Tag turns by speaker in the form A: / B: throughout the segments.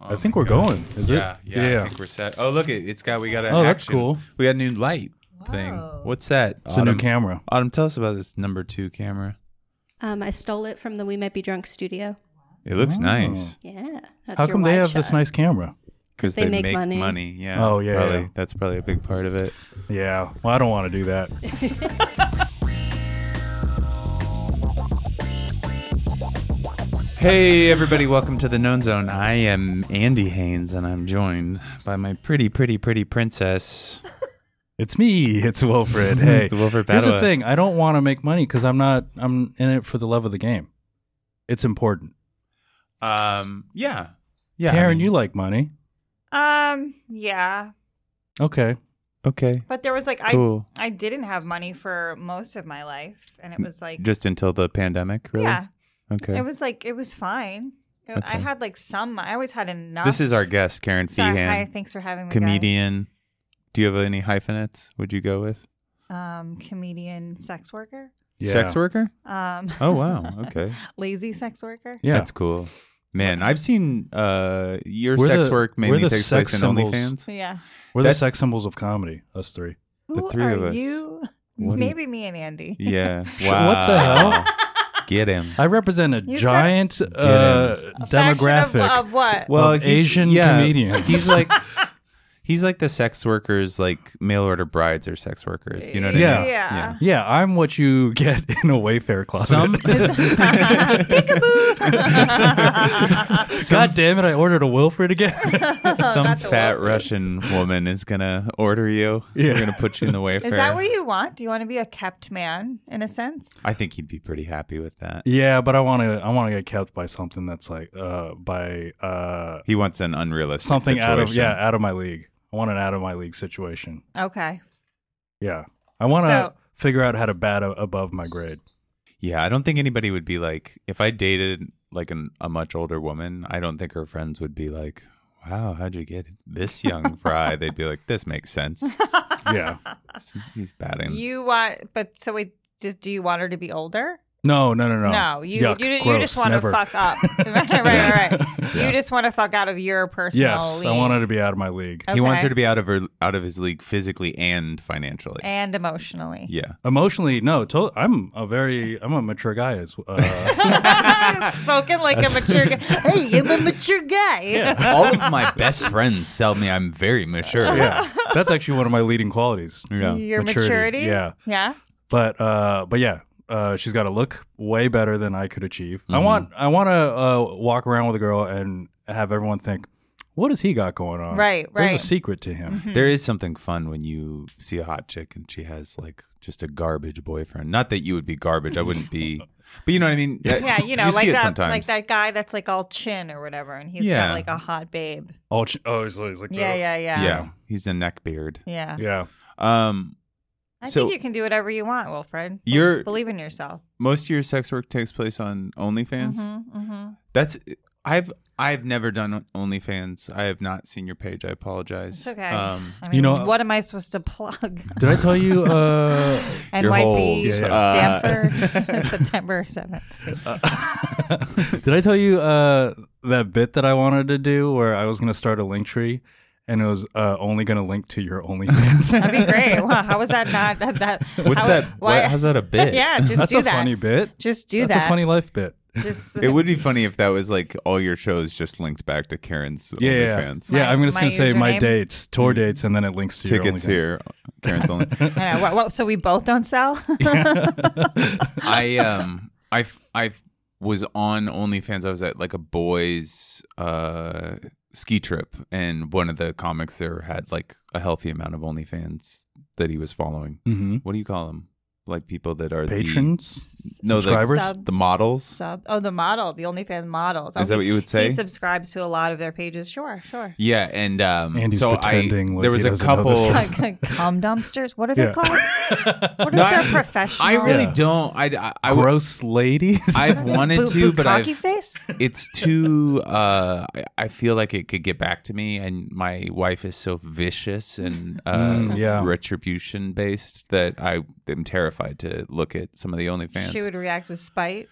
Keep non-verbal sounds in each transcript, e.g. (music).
A: I think we're going. Is
B: Oh yeah,
A: it?
B: yeah, I think we're set. Oh, look it. It's got we got a
A: Oh, that's
B: action.
A: cool.
B: We got a new light thing.
C: Whoa.
B: What's that?
A: it's a new camera.
B: Autumn, tell us about this number 2 camera.
D: Um, I stole it from the We Might Be Drunk studio.
B: It looks
A: Oh.
B: nice
D: Yeah. That's
A: How
D: your
A: come they
D: wide
A: have this
D: shot.
A: nice camera?
B: cuz
D: They make money.
B: Yeah.
A: Oh, yeah,
B: Probably,
A: yeah.
B: That's probably a big part of it.
A: Yeah. Well, I don't want to do that.
B: Hey everybody, welcome to the Known Zone. I am Andy Haynes and I'm joined by my pretty pretty pretty princess.
A: It's me. It's
B: (laughs)
A: Wilfred. (laughs) Hey,
B: The Wilfred
A: here's the
B: Padua.
A: thing. I don't want to make money because I'm not. I'm in it for the love of the game. It's important.
B: Um, yeah. Yeah.
A: Karen,
B: I mean-
A: you like money?
C: Um, yeah,
A: Okay.
B: Okay.
C: but there was like
B: Cool.
C: I I didn't have money for most of my life, and it was like
B: Just until the pandemic, really?
C: yeah,
B: Okay.
C: it was like it was fine. It- I
B: Okay.
C: had like some. I always had enough.
B: this is our guest, Karen
C: Sorry, hi,
B: Feehan.
C: thanks for having me. guys.
B: comedian. Do you have any hyphenates? Would you go with
C: um, comedian, sex worker,
A: Yeah.
B: sex worker?
C: um, (laughs)
B: Oh (laughs) wow, okay,
C: lazy sex worker.
A: Yeah.
B: that's cool. Man, I've seen uh, your
A: We're
B: sex
A: the-
B: work
A: we're
B: mainly
A: the
B: takes
A: sex
B: place in
A: symbols.
C: So,
B: OnlyFans.
C: yeah,
A: We're the
B: That's-
A: sex symbols of comedy. Us three.
C: who
B: three
C: are
B: of us.
C: you?
B: What do you-
C: Maybe me and Andy. (laughs)
B: Yeah.
A: (laughs) Sh- What the hell?
B: Get him.
A: I represent a
C: You said-
A: giant uh,
C: A faction of, um,
A: demographic.
C: of
A: (laughs)
C: what?
A: Well,
B: he's-
A: Asian comedians.
B: He's like (laughs) he's like the sex workers, like mail order brides or sex workers. You know what I
A: Yeah.
B: mean?
C: Yeah.
A: yeah, I'm what you (laughs) get in a Wayfair closet. (laughs)
B: Some
C: (laughs)
B: (laughs)
A: God damn it! I ordered a Wilfred
B: (laughs)
A: again.
C: (laughs)
B: some
C: Oh, that's a
B: fat
C: Wilfred.
B: Russian woman is gonna order you.
A: Yeah.
B: They're gonna put you
A: (laughs)
B: in the wayfair.
C: (laughs) Is that what you want? Do you want to be a kept man in a sense?
B: I think he'd be pretty happy with that.
A: yeah, but I want to. I want to get kept by something that's like uh, by uh,
B: He wants an unrealistic
A: something out of yeah
B: situation.
A: out of my league. I want an out of my league situation.
C: Okay.
A: Yeah, I want to
C: So-
A: figure out how to bat a- above my grade.
B: Yeah, I don't think anybody would be like, if I dated like an, a much older woman, I don't think her friends would be like, wow, how'd you get this
C: (laughs)
B: young fry? They'd be like, this makes sense.
A: Yeah,
B: He's batting.
C: You want, but so wait, just do you want her to be older?
A: no, no, no, no.
C: you
A: Yuck,
C: you, you
A: gross,
C: just want
A: never.
C: to
A: (laughs)
C: fuck up. (laughs) right, right, right. You just want to fuck out of your personal.
A: Yes, I
C: league
A: wanted to be out of my league.
B: He wants
C: Okay.
B: her to be out of her out of his league physically and financially.
C: and emotionally.
A: (laughs)
B: yeah.
A: Emotionally, no. To- I'm a very I'm a mature guy. As uh,
C: (laughs) Spoken like a
A: (laughs)
C: mature guy. Hey, I'm a mature guy.
B: All of my best friends tell me I'm very mature.
A: (laughs)
C: (laughs)
A: yeah, that's actually one of my leading qualities.
B: Yeah.
C: Your
A: Maturity,
C: maturity.
A: yeah.
C: Yeah.
A: but uh but yeah uh she's got a look way better than i could achieve i want
B: Mm-hmm.
A: i want to uh walk around with a girl and have everyone think what has he got going on
C: Right,
A: there's
C: right. Mm-hmm.
A: a secret to him
C: Hmm.
B: There is something fun when you see a hot chick and she has like just a garbage boyfriend. Not that you would be garbage. I wouldn't
C: (laughs)
B: be. But you know what I mean?
C: Yeah, you know,
B: Eh, you
C: like
B: see it
C: that,
B: sometimes.
C: like that guy that's like all chin or whatever, and he's
B: Yeah.
C: got like a hot babe.
A: oh, she, oh he's, he's like
C: Yeah,
A: this.
C: yeah,
B: Yeah.
C: yeah,
B: He's a neck beard.
C: yeah.
A: yeah
B: Um,
C: I
B: So-
C: think you can do whatever you want, Wilfred. Be-
B: You're-
C: believe in yourself.
B: most of your sex work takes place on OnlyFans.
C: Mm-hmm.
B: That's I've I've never done OnlyFans. I have not seen your page. I apologize.
C: It's okay. (laughs)
B: Um,
C: I
A: You
C: mean,
A: know-
C: what am I supposed to (laughs) plug?
A: did i tell you
C: (laughs)
A: uh
B: Your
C: NYC,
B: holes. Uh,
A: Yeah,
B: yeah.
C: (laughs) Stanford, September seventh.
A: did i tell you uh that bit that i wanted to do where i was gonna start a link tree and it was uh, only gonna link to your
C: (laughs)
A: OnlyFans.
C: That'd
B: (laughs)
C: be great. Wow, how was that not that? that
B: what's
C: how-
B: that?
C: Why?
B: What, how's that a bit?
C: (laughs) yeah, just
A: That's
C: do
A: a
C: that.
A: funny bit.
C: Just do
A: That's
C: that.
A: a funny life bit.
C: Just
B: (laughs) It would be funny if that was like all your shows just linked back to Karen's
A: Yeah, yeah, yeah.
B: OnlyFans. Mm-hmm.
A: yeah. I'm just
C: My-
A: gonna
C: my
A: say my
C: username?
A: dates, tour dates, and then it links to
B: Tickets
A: your OnlyFans.
B: here, Karen's only.
A: (laughs)
C: I know, what, what, so we both
B: (laughs)
C: don't sell. (laughs)
B: I um I f- I f- was on OnlyFans. I was at like a boys uh ski trip, and one of the comics there had like a healthy amount of OnlyFans that he was following.
A: Mm-hmm.
B: What do you call them? Like people that are
A: Patrons,
B: the, no
A: subscribers.
B: the, the models.
C: Sub. Oh, the model, the OnlyFans models.
B: Is that what you would say?
C: He subscribes to a lot of their pages. Sure, sure.
B: Yeah, and um,
A: Andy's
B: so I
A: pretending like
B: there was
A: he
B: a
A: doesn't know
B: couple.
A: this.
C: (laughs) Like, like cum dumpsters. What are they
A: Yeah.
B: (laughs)
C: called? What is
B: No,
C: their
B: I-
C: professional?
B: I really
C: (laughs)
A: Yeah.
B: don't. I I, I would-
A: Gross ladies.
B: I've wanted
C: Boo-
B: to, but
C: bukkake
B: I've
C: face.
B: it's too uh I- i feel like it could get back to me and my wife is so vicious
C: (laughs)
B: and uh
A: Mm, yeah.
B: retribution based that i am terrified to look at some of the only fans
C: She would react with spite.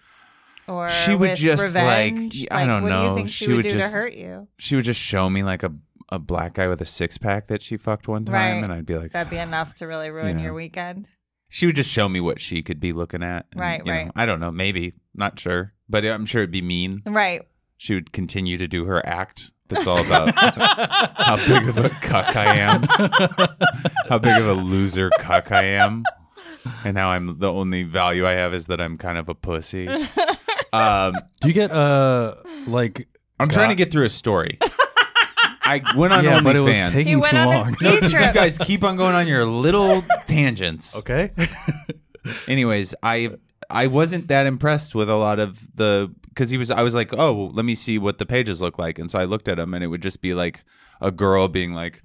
C: Or
B: She would
C: with
B: just,
C: revenge?
B: like, I don't
C: what do
B: know.
C: you think she,
B: She
C: would,
B: would
C: do
B: just-
C: to hurt you?
B: She would just show me like a a black guy with a six pack that she fucked one time,
C: Right.
B: and I'd be like,
C: That'd be enough to really ruin
B: Yeah.
C: your weekend.
B: she would just show me what she could be looking at. and,
C: Right,
B: you know,
C: right.
B: I don't know, maybe not sure, but I'm sure it'd be mean.
C: Right.
B: She would continue to do her act. That's all about how big of a cuck I am, how big of a loser cuck I am, and how I'm the only value I have is that I'm kind of a pussy. Um,
A: Do you get uh like
B: I'm trying to get through a story. I went on
A: yeah,
B: OnlyFans.
A: but it was taking
C: He went
A: too
C: on a
A: long.
C: ski No,
B: you
C: trip.
B: guys keep on going on your little tangents.
A: (laughs) okay.
B: Anyways, I I wasn't that impressed with a lot of the because he was I was like oh let me see what the pages look like and so I looked at them and it would just be like a girl being like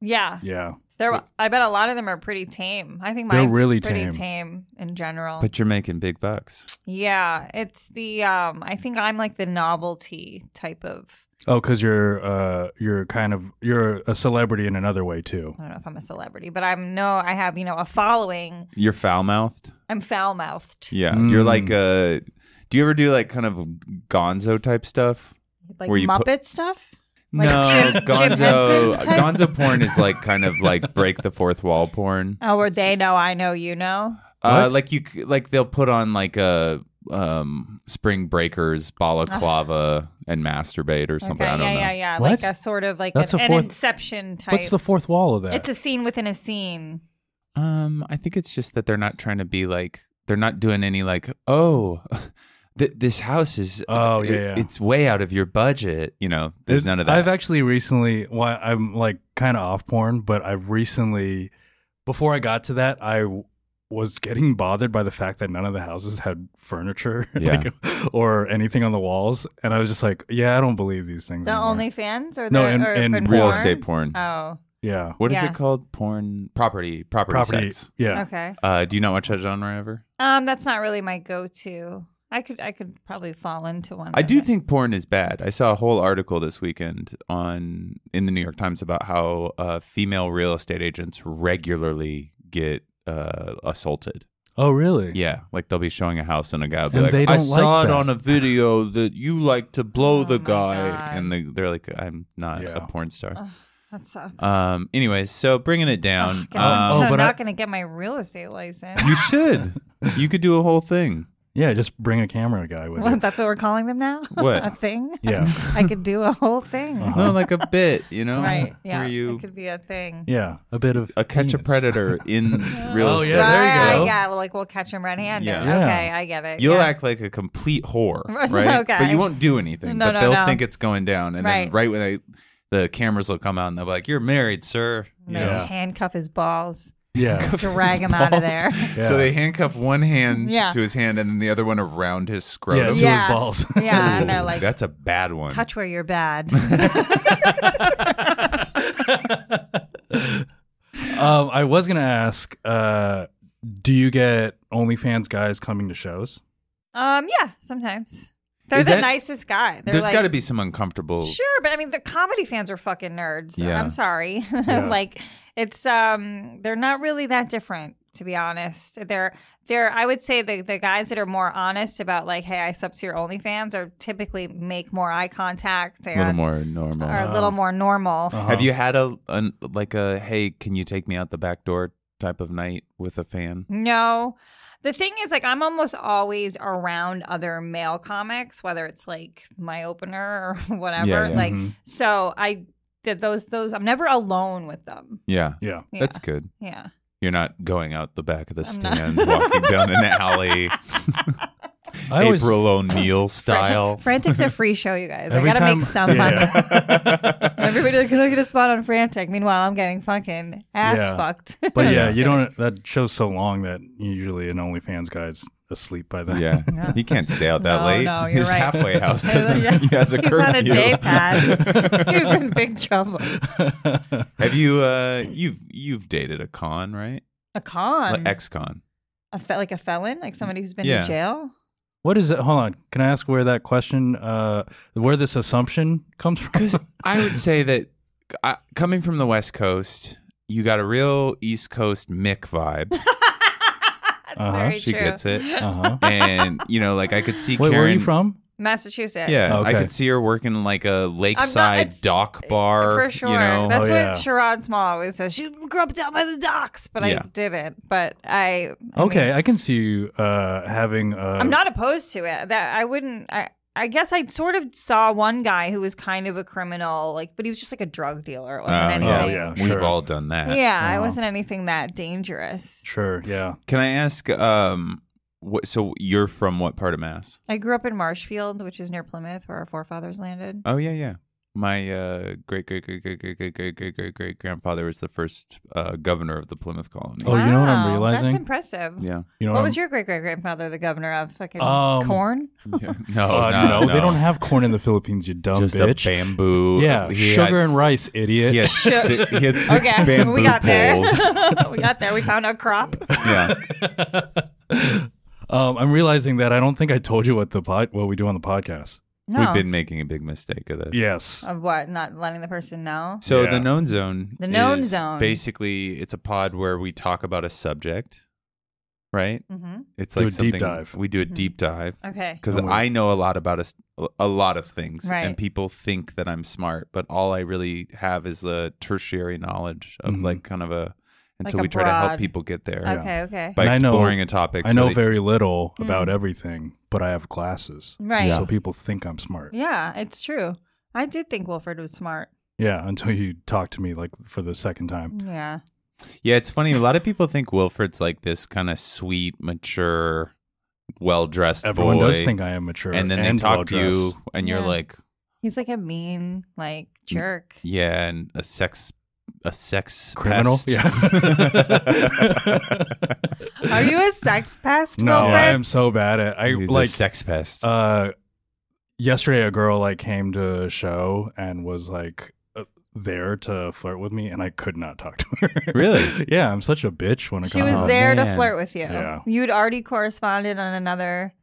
C: Yeah.
A: Yeah.
C: There. I bet a lot of them are pretty tame. I think
A: They're
C: mine's
A: really
C: pretty
A: tame.
C: tame. in general.
B: but you're making big bucks
C: yeah, it's the. Um, I think I'm like the novelty type of.
A: Oh, because you're uh you're kind of you're a celebrity in another way too.
C: I don't know if I'm a celebrity, but I'm no. I have you know a following.
B: you're foul mouthed
C: I'm foul mouthed.
B: yeah
A: Mm.
B: you're like uh do you ever do like kind of Gonzo type stuff
C: Like
B: Where you
C: Muppet
B: put-
C: stuff. Like
B: no
C: Jim- Jim
B: Gonzo
C: Henson type?
B: Gonzo porn is like kind of like break the fourth wall porn
C: Oh, where they know I know you know.
B: Uh,
A: What?
B: like you, c- like they'll put on like a um, spring breakers
C: (sighs)
B: balaclava and masturbate or something.
C: Okay,
B: I don't
C: yeah,
B: know.
C: yeah, yeah.
A: What?
C: Like a sort of like
A: That's
C: an,
A: a
C: an
A: fourth-
C: inception type.
A: What's the fourth wall of that?
C: It's a scene within a scene.
B: Um, I think it's just that they're not trying to be like they're not doing any like oh. (laughs) Th- this house is uh,
A: Oh, yeah,
B: it-
A: yeah.
B: it's way out of your budget you know there's none of that
A: I've actually recently, well, I'm like kind of off porn, but I've recently, before I got to that, I w- was getting bothered by the fact that none of the houses had furniture (laughs)
B: Yeah.
A: like, or anything on the walls. And I was just like, yeah, I don't believe these things.
C: The
A: anymore.
B: Mm-hmm.
C: OnlyFans or
A: No,
C: the
A: in-
C: or
A: in
C: in
B: real
C: porn?
B: estate porn
C: Oh,
A: uh, Yeah.
B: What is
C: yeah.
B: it called porn property property,
A: Property.
B: sex
A: Yeah.
C: okay.
B: uh do you not watch that genre ever
C: Um, that's not really my go-to. I could I could probably fall into one.
B: I
C: of
B: do
C: it.
B: think porn is bad. I saw a whole article this weekend on in the New York Times about how uh, female real estate agents regularly get uh, assaulted.
A: Oh, really?
B: Yeah, like they'll be showing a house and a guy will be
A: And
B: like,
A: they
B: "I
A: don't like
B: saw it
A: that."
B: on a video that you like to blow
C: Oh
B: the
C: my
B: guy,"
C: God.
B: and they, they're like, "I'm not
A: Yeah.
B: a porn star."
C: Ugh, that sucks.
B: Um. Anyways, so bringing it down. um,
C: Guess uh, I'm,
A: Oh,
C: I'm
A: but I-
C: not going to get my real estate license.
B: you should.
A: (laughs)
B: You could do a whole thing.
A: Yeah. Just bring a camera guy with
C: (laughs) What,
A: you.
C: that's what we're calling them now. (laughs)
B: What?
C: a thing?
A: Yeah.
C: I could do a whole thing.
B: No, like a bit. You know, (laughs)
C: Right? Yeah,
B: Where you
C: it could be a thing.
A: Yeah. A bit of
B: a catch a
A: penis. (laughs)
B: predator in real
A: Oh,
B: estate.
A: yeah, there you
C: Right,
A: go.
C: Yeah, like we'll catch him red-handed.
B: Yeah.
A: Yeah.
C: Okay, I get it.
B: You'll
C: yeah.
B: act like a complete
C: (laughs)
B: whore,
C: Right,
B: right?
C: okay.
B: But you won't do anything.
C: No,
B: but
C: no,
B: they'll
C: no.
B: think it's going down, and then
C: Right.
B: right when they, the cameras will come out, and they'll be like, "You're married, sir."
C: I'm gonna
A: Yeah.
C: handcuff
B: (laughs)
C: his balls,
A: Yeah.
C: drag him out of there.
A: Yeah.
B: So they handcuff one hand
C: Yeah.
B: to his hand, and then the other one around his
A: yeah.
B: scrotum.
A: To
C: Yeah.
A: his balls. (laughs)
C: Yeah,
B: Ooh,
C: and they're like,
B: that's a bad one.
C: touch where
B: (laughs)
C: you're bad.
A: Um, I was gonna ask, uh, do you get OnlyFans guys coming to shows?
C: um, yeah, sometimes they're
B: Is
C: the
B: that-
C: nicest guy. They're
B: There's
C: like,
B: got to be some uncomfortable.
C: Sure, but I mean, the comedy fans are fucking nerds.
B: Yeah.
C: I'm sorry. (laughs)
A: Yeah.
C: like, it's um, they're not really that different, to be honest. They're they're. I would say the the guys that are more honest about like, hey, I sub to your OnlyFans, are typically make more eye contact
B: A little
C: and
B: more normal. Oh.
C: are a little more normal.
A: Uh-huh.
B: Have you had a an, like a hey, can you take me out the back door type of night with a fan?
C: No. The thing is, like, I'm almost always around other male comics, whether it's like my opener or (laughs) whatever.
B: Yeah, yeah.
C: Like,
A: Mm-hmm.
C: so I did those, those, I'm never alone with them.
B: Yeah,
A: Yeah.
C: Yeah.
B: that's good.
C: yeah.
B: You're not going out the back of the
C: I'm not.
B: stand, walking down
C: (laughs)
B: an alley.
A: (laughs) I always
B: April
C: (laughs)
B: O'Neil style.
A: (laughs)
C: Frantic's a free show, you guys.
A: every
C: I gotta
A: time,
C: make some money.
A: Yeah, yeah.
C: (laughs) Everybody like, can I get a spot on Frantic? Meanwhile, I'm getting fucking ass
A: Yeah.
C: fucked.
A: (laughs) but
B: (laughs)
C: I'm (laughs)
A: yeah,
C: just
A: you
C: kidding.
A: don't. That show's so long that usually an OnlyFans guy's asleep by then.
C: (laughs)
B: Yeah. he can't stay out that
C: No,
B: late.
C: no, you're
B: His
C: right.
B: halfway
C: (laughs)
B: house doesn't.
C: Yeah.
B: He has a
C: He's
B: curfew.
C: on a day pass.
B: (laughs)
C: He's in big trouble.
B: Have you? Uh, you've you've dated a con, right?
C: A con,
B: Like ex-con.
C: a fe- like a felon, like somebody who's been
B: Yeah.
C: in jail.
A: (laughs)
C: (laughs)
A: What is it? Hold on. Can I ask where that question, uh, where this assumption comes
B: (laughs)
A: from?
B: I would say that I, coming from the West Coast, you got a real East Coast Mick vibe.
A: Uh-huh.
C: Very
B: she
C: true.
B: gets it.
A: Uh-huh.
C: (laughs)
B: and you know, like I could see
A: Wait,
B: Karen.
A: where are you from?
C: Massachusetts.
B: Yeah, I
A: Okay.
B: could see her working in, like a lakeside
C: it's-
B: dock bar.
C: For sure.
B: you know, Uh,
C: That's
A: Oh,
C: what
A: yeah.
C: Sherrod Small always says. She grew up down by the docks, but
B: Yeah.
C: I didn't. But I. I
A: Okay,
C: mean,
A: I can see you uh, having. A,
C: I'm not opposed to it. That I wouldn't. I, I guess I sort of saw one guy who was kind of a criminal, like, but he was just like a drug dealer. It wasn't
B: Oh,
C: anything.
B: yeah.
A: Oh, yeah,
B: we've
A: sure.
B: all done that.
C: Yeah, it
A: Uh-huh.
C: wasn't anything that dangerous.
A: sure. Yeah.
B: Can I ask? Um, what, so you're from what part of Mass?
C: I grew up in Marshfield, which is near Plymouth, where our forefathers landed.
B: Oh yeah, yeah. My uh, great great great great great great great great great great grandfather was the first uh, governor of the Plymouth colony.
A: (laughs) Oh, you know what I'm
C: Wow, That's
A: realizing?
C: impressive.
B: yeah.
A: You know
C: What
A: I'm-
C: was your great great grandfather, the governor of fucking
A: Um,
C: corn?
B: yeah. (laughs) No,
A: Uh,
B: no,
A: no, they don't have corn in the Philippines. You dumb
B: just
A: bitch.
B: a bamboo.
A: yeah,
B: He had-
A: sugar and rice, idiot.
B: He had, si- he
C: (laughs)
B: had six
C: Okay,
B: bamboo
C: we got there.
B: poles.
C: (laughs) we got there. We found
A: (laughs)
C: our crop.
B: yeah.
A: Um, I'm realizing that I don't think I told you what the pod, what we do on the podcast.
C: No.
B: We've been making a big mistake of this.
A: Yes.
C: Of what? Not letting the person know?
B: So
A: Yeah.
B: the known zone.
C: The known
B: is
C: zone.
B: Basically, it's a pod where we talk about a subject, right?
C: Mm-hmm.
B: It's
A: Do
B: like
A: a deep
B: something-
A: dive.
B: We do a
C: Mhm.
B: deep dive
C: Okay.
B: because
A: Oh my-
B: I know a lot about us, a lot of things,
C: Right.
B: and people think that I'm smart, but all I really have is the tertiary knowledge of
A: Mhm.
B: like kind of a. And
C: Like
B: so
C: a
B: we try to help
C: broad-
B: people get there
A: Yeah.
C: Okay, okay.
B: by
A: And I know-
B: exploring a topic.
A: I
B: so
A: know
B: that-
A: very little
C: Mm.
A: about everything, but I have classes,
C: Right.
A: so people think I'm smart. Yeah.
C: Yeah, it's true. I did think Wilfred was smart.
A: until you talk to me like for the second time.
C: Yeah.
B: Yeah, it's funny. A lot of people think Wilfred's like this kind of sweet, mature, well dressed boy.
A: Everyone does think I am mature,
B: and then they talk to you, and you're
C: Yeah.
B: like,
C: He's like a mean, like, jerk.
B: yeah, and a sex, a sex
A: criminal.
B: pest.
A: Yeah.
B: (laughs)
C: Are you
B: (laughs)
C: a sex pest,
A: no,
C: Wilfred?
A: I am so bad at. (laughs) I
B: He's
A: like
B: a sex pest.
A: uh yesterday a girl like came to a show and was like uh, there to flirt with me and i could not talk to her (laughs)
B: Really?
A: yeah i'm such a bitch when it
C: She
A: comes
C: was
B: Oh,
A: to
C: there to
B: man.
C: flirt with you.
A: Yeah.
C: You'd already corresponded on another.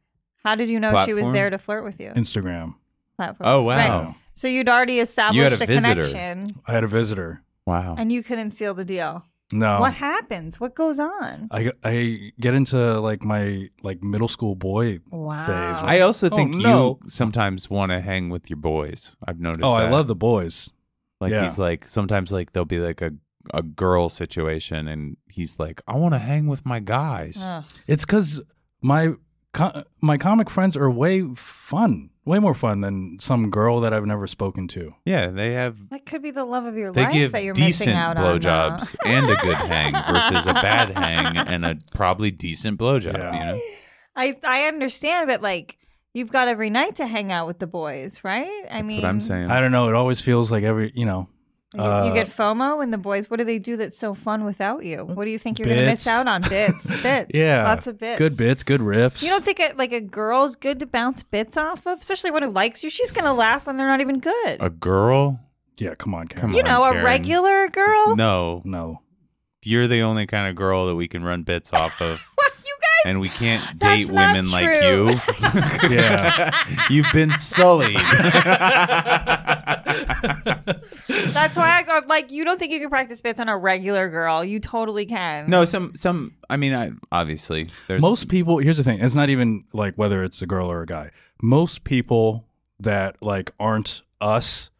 C: How did you know she was
B: Platform?
C: there to flirt with you?
A: instagram
C: Platform.
B: oh wow,
C: Right. So you'd already established
B: You had a visitor. Oh.
C: connection
A: i had a visitor
B: wow.
C: and you couldn't seal the deal.
B: Oh.
A: no
C: What happens? What goes on?
A: I, I get into like my like middle school boy
C: Wow.
A: phase.
B: I also
A: Oh,
B: think
A: no.
B: you sometimes want to hang with your boys. I've noticed.
A: oh, I
B: that.
A: love the boys.
B: Like
A: Yeah.
B: he's like sometimes like there'll be like a a girl situation, and he's like, I want to hang with my guys.
C: Ugh.
A: It's because my co- my comic friends are way fun, way more fun than some girl that I've never spoken to.
B: Yeah, they have
C: That could be the love of your
B: They
C: life
B: give
C: that you're
B: decent
C: missing out on. now.
B: blowjobs and a good hang versus a bad hang and a probably decent blowjob.
A: Yeah.
B: You know,
C: I I understand, but like you've got every night to hang out with the boys, right? I
B: that's
C: mean,
B: what I'm saying.
A: I don't know. It always feels like every you know
C: You,
A: Uh,
C: you get FOMO and the boys. What do they do that's so fun without you? What do you think you're going to miss
A: Bits.
C: out on? Bits,
A: (laughs)
C: bits,
A: Yeah.
C: lots of bits.
A: good bits, good riffs.
C: You don't think a, like a girl's good to bounce bits off of, especially one who likes you? She's going to laugh when they're not even good.
B: a girl?
A: yeah, come on, Karen.
B: Come
C: you
B: on,
C: know, a
B: Karen.
C: regular girl.
B: No, (laughs)
A: No.
B: you're the only kind of girl that we can run bits off of,
C: What (laughs) you guys?
B: and we can't
C: (laughs) That's
B: date
C: not
B: women like
C: true.
B: you.
C: (laughs)
A: Yeah.
B: You've been sullied.
C: That's why I go like you don't think you can practice bits on a regular girl. You totally can.
B: no, some some. I mean, I obviously there's
A: Most people, here's the thing it's not even like whether it's a girl or a guy. Most people that like aren't us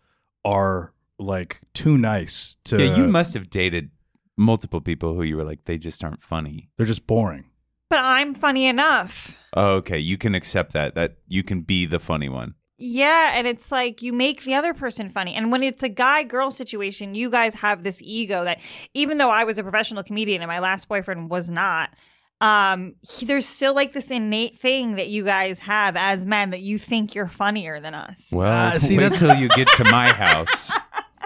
A: are like too nice to.
B: Yeah, you must have dated multiple people who you were like they just aren't funny.
A: They're just boring.
C: But I'm funny enough.
B: Oh, okay, you can accept that. That you can be the funny one.
C: Yeah, and it's like you make the other person funny. And when it's a guy girl situation, you guys have this ego that even though I was a professional comedian and my last boyfriend was not, um, he, there's still like this innate thing that you guys have as men that you think you're funnier than us.
B: Well,
A: Ah, see,
B: wait
A: that's-
B: till you get to
A: (laughs)
B: my house.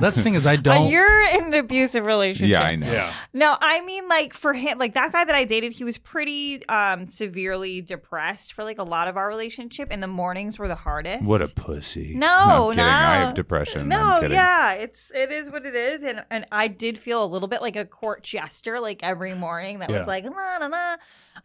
A: That's the thing
C: (laughs)
A: is, I
C: Uh,
A: don't.
C: you're in an abusive relationship.
B: yeah, I know.
A: yeah.
C: No, I mean like for him, like that guy that I dated, he was pretty um severely depressed for like a lot of our relationship, and the mornings were the hardest.
B: What a pussy.
C: No,
B: I'm kidding. I
C: no.
B: have depression.
C: no,
B: I'm kidding.
C: yeah, it's it is what it is, and and I did feel a little bit like a court jester, like every morning that
A: Yeah.
C: was like la la la.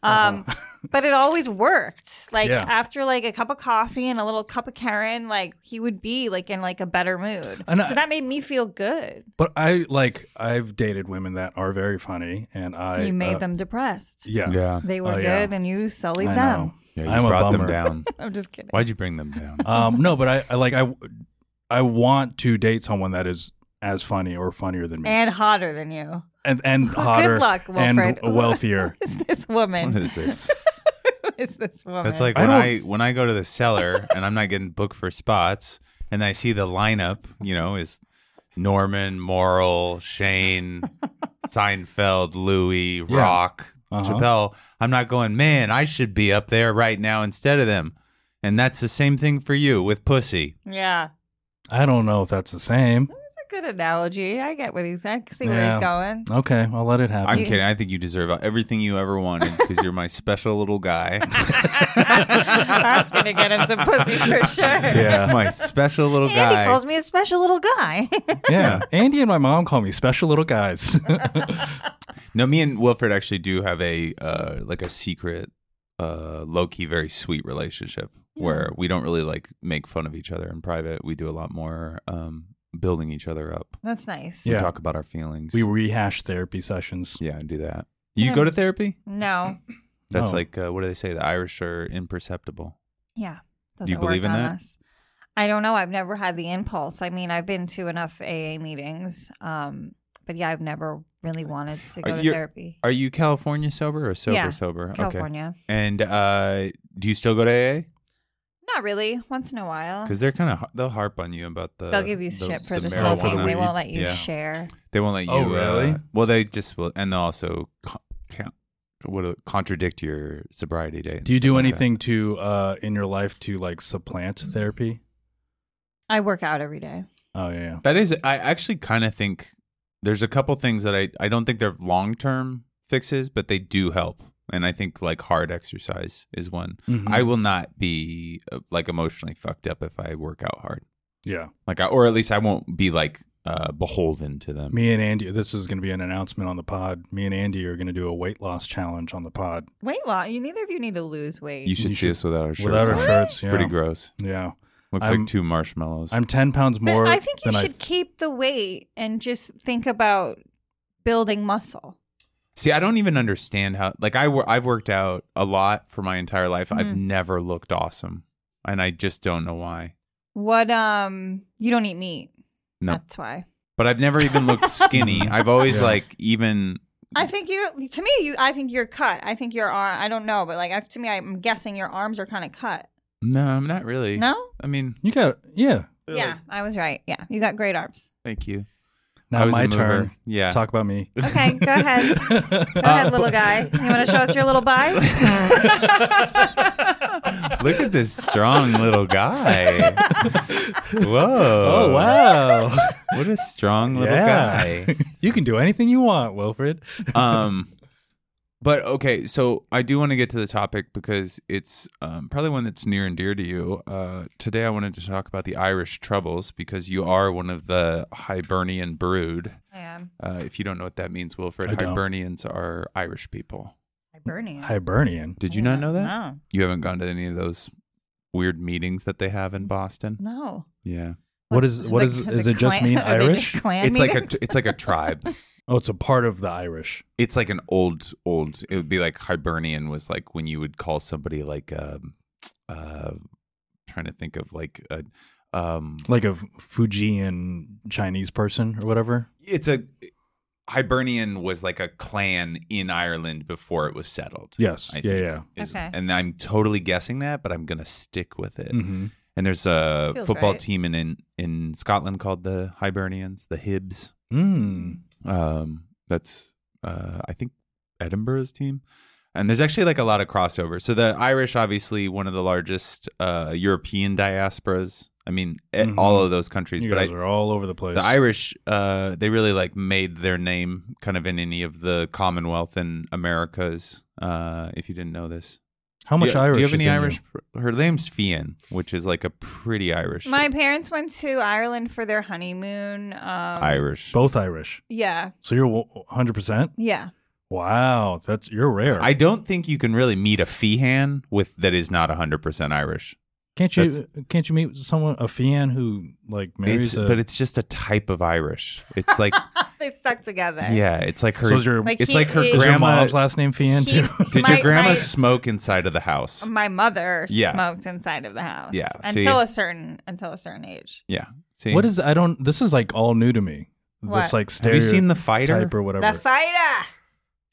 C: Um,
A: Uh-huh.
C: but it always worked. Like
A: Yeah.
C: after like a cup of coffee and a little cup of Karen, like he would be like in like a better mood.
A: And I-
C: so that made me feel good.
A: but I like I've dated women that are very funny, and I
C: you made
A: uh,
C: them depressed.
A: Yeah,
B: Yeah.
C: They were
A: Oh,
C: good,
A: yeah.
C: and you sullied
A: I
C: them.
A: know.
B: yeah you
A: I'm a
B: brought them
A: bummer.
B: down.
C: I'm just kidding.
B: Why'd you bring them
A: (laughs)
B: down?
A: Um, no, but I, I like I I want to date someone that is as funny or funnier than me,
C: And hotter than you. (laughs)
A: and and hotter
C: good luck,
A: and
C: Wilfred. (laughs)
A: wealthier.
C: It's this
B: What
C: woman.
B: is this?
C: (laughs) It's this woman.
B: That's like
A: I
B: when
A: don't-
B: I when I go to the cellar and I'm not getting booked for spots, and I see the lineup. You know, is Norman, Morrill, Shane, Seinfeld, Louis,
A: Yeah.
B: Rock,
A: Uh-huh.
B: Chappelle. I'm not going. Man, I should be up there right now instead of them. And that's the same thing for you with pussy.
C: yeah.
A: I don't know if that's the same.
C: It's a good analogy. I get what he's. I can see where
A: Yeah.
C: he's
B: (laughs)
C: going.
A: Okay, I'll let it
B: I'm (laughs)
A: happen.
B: kidding. I think you deserve everything you ever wanted because you're my special little guy.
C: That's
B: (laughs)
C: gonna get him some pussy for sure.
A: Yeah.
B: my special little
C: Andy
B: guy.
C: calls me a special little guy. (laughs)
A: yeah, Andy and my mom call me special little guys. (laughs)
B: No, me and Wilfred actually do have a uh, like a secret, uh, low key, very sweet relationship where we don't really like make fun of each other in private. We do a lot more um, building each other up.
C: That's nice.
B: We
A: Yeah.
B: talk about our feelings.
A: we rehash therapy sessions.
B: yeah, and do that. Do you go to therapy?
C: No.
B: That's
A: No.
B: like uh, what do they say? The Irish are imperceptible.
C: Yeah.
B: Do you believe in that?
C: Us. I don't know. I've never had the impulse. I mean, I've been to enough AA meetings, um, but yeah, I've never really wanted to go
B: Are
C: to
B: you-
C: therapy.
B: Are you California sober or sober
C: Yeah,
B: sober? Okay.
C: California. Uh-huh.
B: And uh, do you still go to AA?
C: Not really. Once in a while.
B: Because they're kind of they'll harp on you about the.
C: They'll give you
B: the-
C: shit for the,
A: marijuana.
C: smoking.
B: marijuana.
C: they won't let you
B: Yeah.
C: share.
B: They won't let you.
A: Oh, really?
B: Uh, well, they just will, and they'll also con- count, what uh, contradict your sobriety date. and
A: Do you
B: stuff
A: do
B: like that.
A: anything to uh, in your life to like supplant therapy?
C: I work out every day.
A: Oh yeah.
B: That is, I actually kind of think there's a couple things that I I don't think they're long term fixes, but they do help. And I think like hard exercise is one.
A: Mhm.
B: I will not be uh, like emotionally fucked up if I work out hard.
A: yeah.
B: Like, I, or at least I won't be like uh, beholden to them.
A: Me and Andy, this is going to be an announcement on the pod. Me and Andy are going to do a weight loss challenge on the pod
C: Weight loss. You neither of you need to lose weight.
B: You should
A: You
B: see
A: should-
B: us without our shirts.
A: without our
B: on.
A: shirts.
B: It's
A: yeah.
B: pretty gross.
A: Yeah.
B: Looks
A: I'm-
B: like two marshmallows.
A: I'm 10 pounds
C: But
A: more.
C: I think you
A: than
C: should keep the weight and just think about building muscle.
B: See, I don't even understand how. Like, I wor- I've worked out a lot for my entire life. I've
C: Mhm.
B: never looked awesome, and I just don't know why.
C: What um you don't eat meat.
B: No.
C: That's why.
B: But I've never even
A: (laughs)
B: looked skinny. I've always
A: Yeah.
B: like even.
C: I think you to me you I think you're cut. I think your arm I don't know, but like I- to me I'm guessing your arms are kind of cut.
B: No, I'm not really.
C: No?
B: I mean,
A: You got, yeah.
C: Yeah, I was right. Yeah. You got
B: (laughs)
C: great arms.
B: thank you. I
A: Now
B: was a
A: my
B: mover.
A: turn.
B: Yeah.
A: Talk about me.
C: Okay, go ahead. Go
A: Uh,
C: ahead, little guy. You want to show us your little buys?
B: (laughs) Look at this strong little guy.
A: (laughs)
B: Whoa!
A: Oh, wow. (laughs)
B: What a strong little
A: Yeah.
B: guy.
A: you can do anything you want, Wilfred.
B: um but okay so i do want to get to the topic because it's um, probably one that's near and dear to you uh, today i wanted to talk about the irish troubles because you are one of the hibernian brood
C: I am.
B: uh, if you don't know what that means wilfred
A: I don't.
B: hibernians are irish people
C: Hibernian.
A: Hibernian.
B: did you not know that
C: No.
B: you haven't gone to any of those weird meetings that they have in boston
C: No.
B: yeah
A: What is- what is- does it just
C: clan-
A: mean
C: are they
A: Irish?
C: just clan
B: it's like a
C: meetings?
B: t- it's like a tribe
A: Oh, it's a part of the Irish.
B: it's like an old old it would be like hibernian was like when you would call somebody like um uh trying to think of like a um
A: Like a F- Fujian Chinese person or whatever.
B: it's a hibernian was like a clan in ireland before it was settled
A: Yes.
B: I
A: yeah,
B: think.
A: yeah.
B: is-
C: Okay. Mm.
B: and i'm totally guessing that but i'm gonna stick with it
A: hmm
B: and there's a
C: Feels
B: football
C: right.
B: team in, in in scotland called the hibernians the hibs
A: Mm.
B: um that's uh i think edinburgh's team and there's actually like a lot of crossover so the irish obviously one of the largest uh european diasporas i mean e-
A: Mhm.
B: all of those countries
A: You
B: but I,
A: guys are all over the place.
B: the irish uh they really like made their name kind of in any of the commonwealth and americas uh if you didn't know this
A: How much
B: do you,
A: Irish?
B: do you
A: is
B: have any
A: in
B: irish her name's fian which is like a pretty irish
C: My parents went to Ireland for their honeymoon. Um,
B: irish
A: Both Irish.
C: Yeah,
A: So you're 100%?
C: yeah.
E: Wow, that's you're rare.
B: I don't think you can really meet a Feehan with that is not 100% Irish.
E: can't you
B: that's-
E: can't you meet someone a Fian who like marries
B: It's,
E: a
B: but it's just a type of Irish. It's
C: (laughs)
B: like
C: they stuck together.
B: yeah, it's like her
E: so is your,
C: Like
B: it's
C: he
B: like her
C: is-
E: is your
B: grandma
E: mom's last name Fian
C: He-
E: too?
C: (laughs)
B: Did
C: my- Um,
B: your grandma
C: my-
B: smoke inside of the house?
C: My mother
B: Yeah.
C: smoked inside of the house.
B: Yeah, see?
C: Until a certain until a certain age.
B: yeah. See?
E: What is I don't this is like all new to me.
C: What?
E: This like
B: Have you seen the
E: stereotype
B: fighter?
E: or whatever.
C: The fighter.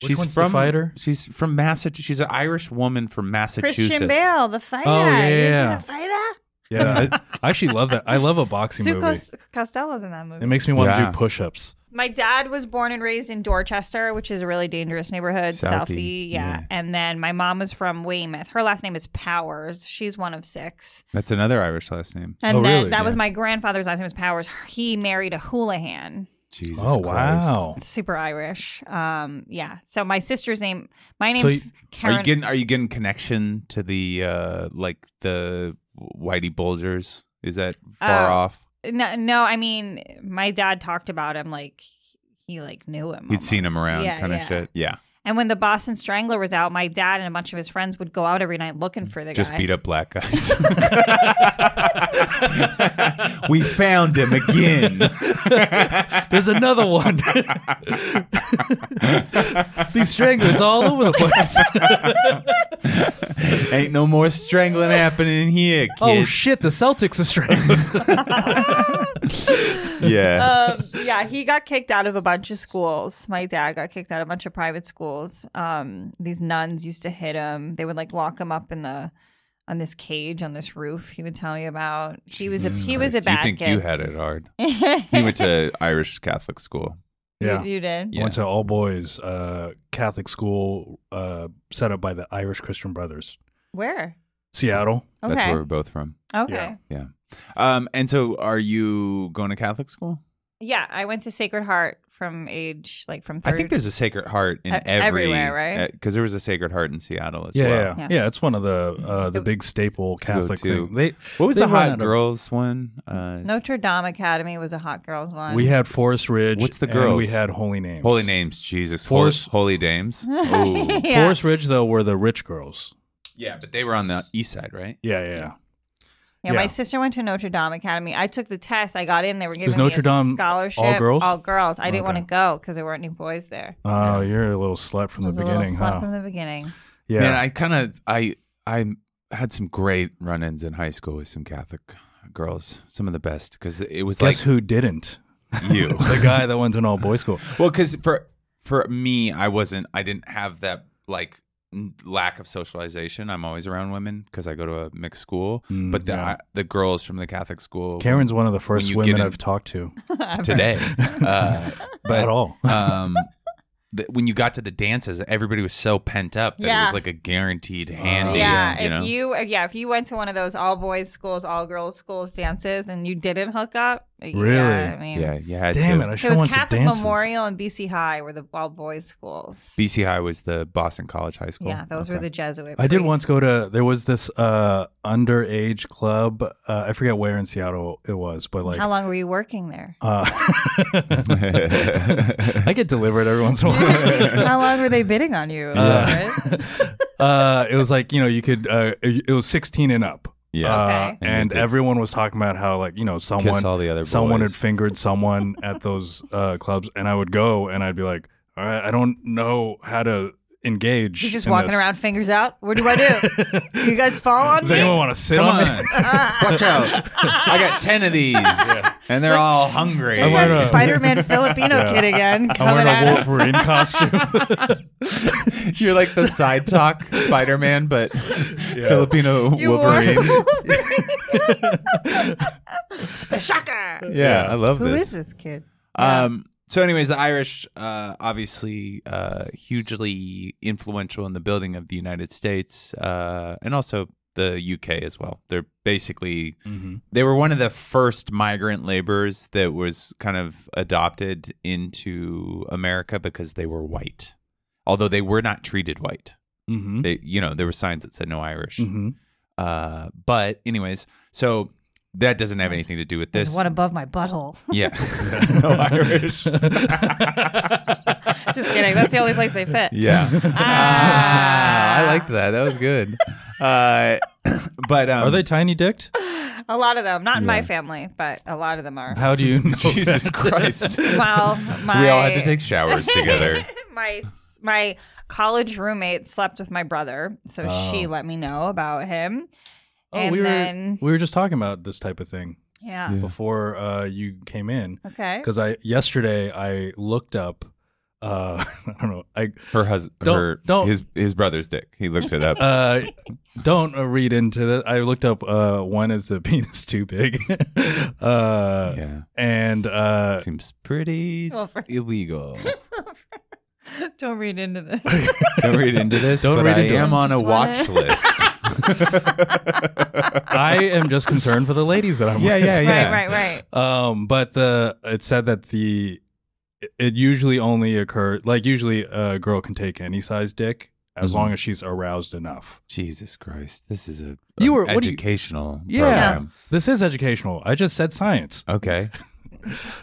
E: Which one's the fighter?
B: She's from Massachusetts. She's an Irish woman from Massachusetts.
C: Christian Bale, the fighter.
E: Oh,
C: You
E: yeah,
C: didn't see
E: yeah.
C: the fighter?
E: yeah, I, I actually love that. I love a boxing
C: Sue
E: movie.
C: Cos- Costello's in that movie.
E: It makes me want
B: Yeah.
E: to do push-ups.
C: My dad was born and raised in Dorchester, which is a really dangerous neighborhood,
B: Southie,
C: Southie. yeah.
B: yeah.
C: And then my mom was from Weymouth. Her last name is Powers. She's one of six.
B: That's another Irish last name.
C: And
E: Oh,
C: then
E: really?
C: that was
E: Yeah.
C: my grandfather's last name was Powers. He married a Houlihan,
B: Jesus
E: oh
B: Christ. (laughs)
E: wow,
C: super Irish. Um, yeah. So my sister's name, my
E: So
C: name's
B: Are
C: Karen.
B: you getting are you getting connection to the uh like the Whitey Bulgers? Is that far
C: Oh,
B: off?
C: no, no, I mean, my dad talked about him like he like knew him.
B: He'd seen him
C: almost.
B: around
C: Yeah,
B: kind of
C: yeah.
B: shit. Yeah.
C: And when the Boston Strangler was out, my dad and a bunch of his friends would go out every night looking for the
B: Just
C: guy.
B: beat up black guys. (laughs) we found him again.
C: (laughs)
E: there's
B: (laughs)
E: another (laughs) one. These stranglers all over the
B: (laughs)
E: place.
B: Ain't no more strangling happening here, kid.
E: Oh shit, the Celtics are stranglers.
B: yeah.
C: um, yeah, he got kicked out of a bunch of schools. My dad got kicked out of a bunch of private schools. Um, these nuns used to hit him. They would like lock him up in the on this cage on this roof. He would tell you about. He was a,
B: Jesus
C: he was a
B: Christ.
C: bad
B: You think
C: kid.
B: you had it
C: (laughs)
B: hard? He went to Irish Catholic school.
E: yeah.
C: you, you did.
B: Yeah.
E: Went to all boys uh, Catholic school uh, set up by the Irish Christian Brothers,
C: Where?
E: Seattle.
C: Okay.
B: That's where we're both from.
C: okay.
E: yeah.
C: Yeah.
B: Um, and so, are you going to Catholic school?
C: I went to Sacred Heart from age like from.
B: I
C: Third.
B: think there's a Sacred Heart in
C: Uh,
B: every
C: everywhere, right?
B: Because there was a Sacred Heart in Seattle as
E: Yeah,
B: well.
E: yeah, yeah, It's one of the uh, the
C: It-
E: big staple
B: a go-to.
E: Catholic thing. They
B: What was
E: They
B: the
E: run
B: hot
E: out of-
B: girls one? Uh,
C: Notre Dame Academy was a hot girls one.
E: we had Forest Ridge.
B: What's the
E: and
B: girls?
E: we had Holy Names.
B: Holy names, Jesus,
E: Force-
B: Hol- holy
C: (laughs)
B: dames. Ooh.
C: (laughs) yeah.
E: Forest Ridge though were the rich girls.
B: yeah, but they were on the east side, right?
E: Yeah, yeah. yeah.
C: Yeah,
E: Yeah.
C: my sister went to Notre Dame Academy. I took the test. I got in. They were giving
E: Notre
C: me a
E: Dame
C: scholarship.
E: all girls?
C: All girls. I didn't want to
E: Okay.
C: go because there weren't any boys there.
E: Oh, you're a little slut
C: I
E: from the
C: was a little
E: beginning,
C: slut
E: huh?
C: From the beginning.
E: yeah.
B: Man, I kind of I I had some great run-ins in high school with some Catholic girls, some of the best because it was
E: Guess
B: like
E: who didn't? (laughs)
B: you.
E: The guy that went to an all boys school.
B: well, because for for me, I wasn't I didn't have that like n- lack of socialization. I'm always around women because I go to a mixed school,
E: Mm,
B: but the
E: yeah.
B: I, the girls from the Catholic school
E: Karen's one of the first
B: you
E: women
B: get in-
E: I've talked to
B: (laughs)
E: (laughs)
B: today, uh,
E: at
B: but
E: all. (laughs)
B: um. The, when you got to the dances, everybody was so pent up that it
C: Yeah.
B: was like a guaranteed hand.
C: yeah.
B: Oh, you know?
C: if you, yeah, if you went to one of those all boys schools, all girls schools dances, and you didn't hook up,
E: Really?
C: Yeah, I mean,
B: yeah, you had
E: Damn
B: to.
E: it! I
C: It
E: should
C: was
E: went to
C: Catholic
E: dances.
C: Memorial and BC High were the all boys schools.
B: BC High was the Boston College High School.
C: Yeah, those were the Jesuit.
E: Oh, I did once
C: priests.
E: go to there was this uh underage club. Uh, I forget where in Seattle it was, but like
C: How long were you working there?
E: uh,
B: (laughs)
E: I get delivered every once in a while.
C: (laughs) How long were they bidding on you?
E: Uh,
C: Everett?
E: (laughs) Uh, it was like you know you could uh, it was sixteen and up.
B: Yeah.
E: Uh,
C: Okay.
B: And you
E: and
B: did-
E: everyone was talking about how like you know someone
B: all the other
E: someone
B: boys.
E: had fingered someone at those uh, clubs, and I would go and I'd be like, all right, I don't know how to engage.
C: He's just
E: in
C: walking
E: this.
C: around, fingers out. What do I do? you guys fall on
E: Does
C: me?
E: anyone want to
B: (laughs)
E: sit
B: Come
E: (laughs) on,
B: on.
E: me?
B: Watch out. I got 10 of these. And they're all hungry.
E: I
C: It's
E: wanna-
C: that Spider-Man Filipino
E: Yeah.
C: kid again
E: I'm
C: coming
E: wearing
C: at
E: a
C: us.
E: Wolverine
B: (laughs)
E: costume.
B: (laughs) You're like the side talk Spider Man,
E: (laughs)
B: but Filipino
C: You are (laughs)
B: Wolverine.
C: the shocker.
B: Yeah, I love
C: Who
B: this.
C: is this kid?
B: Um, so, anyways, the Irish, uh, obviously, uh, hugely influential in the building of the United States uh, and also the UK as well. They're basically they were one of the first migrant laborers that was kind of adopted into America because they were white, although they were not treated white.
E: mm-hmm.
B: They, you know, there were signs that said no Irish.
E: Mm-hmm.
B: Uh, but, anyways, so that doesn't have anything to do with
C: There's
B: this.
C: one above my butthole.
B: yeah, no Irish.
C: (laughs) Just kidding. That's the only place they fit.
B: Yeah.
C: Ah.
B: Ah, (laughs) I liked that. That was good. Uh, (coughs) but um, (laughs)
E: Are they tiny dicked?
C: A lot of them, not in my family, but a lot of them are.
E: (laughs) How do you know?
B: Jesus
E: that?
B: Christ.
C: (laughs) Well, my
B: We all had to take showers (laughs) together.
C: (laughs) my my college roommate slept with my brother, so she let me know about him.
E: Oh,
C: and
E: we were
C: then
E: we were just talking about this type of thing
C: yeah.
E: before uh, you came in
C: Okay.
E: because I yesterday I looked up. Uh, (laughs) I don't know. I
B: Her husband,
E: Don't-
B: her,
E: don't.
B: his his brother's dick. He looked it up.
E: uh, don't uh, read into that. I looked up. Uh, when is the (laughs) penis too big? (laughs) uh,
B: yeah,
E: and uh,
B: seems pretty
C: Well, for-
B: illegal.
C: (laughs) Don't read into this.
B: Don't read into this.
E: Don't
B: but
E: read
B: I
E: into
B: am
E: it.
B: on a
C: Just
B: watch
C: wanna-
B: list.
E: I am just concerned for the ladies that I'm.
B: yeah,
E: with.
B: yeah, yeah.
C: Right, right, right.
E: Um, but the it said that the it usually only occurs like usually a girl can take any size dick as
B: Mhm.
E: long as she's aroused enough.
B: Jesus Christ, this is a an
E: You were- what do you-
B: educational
E: Yeah.
B: program.
E: This is educational. I just said science.
B: Okay,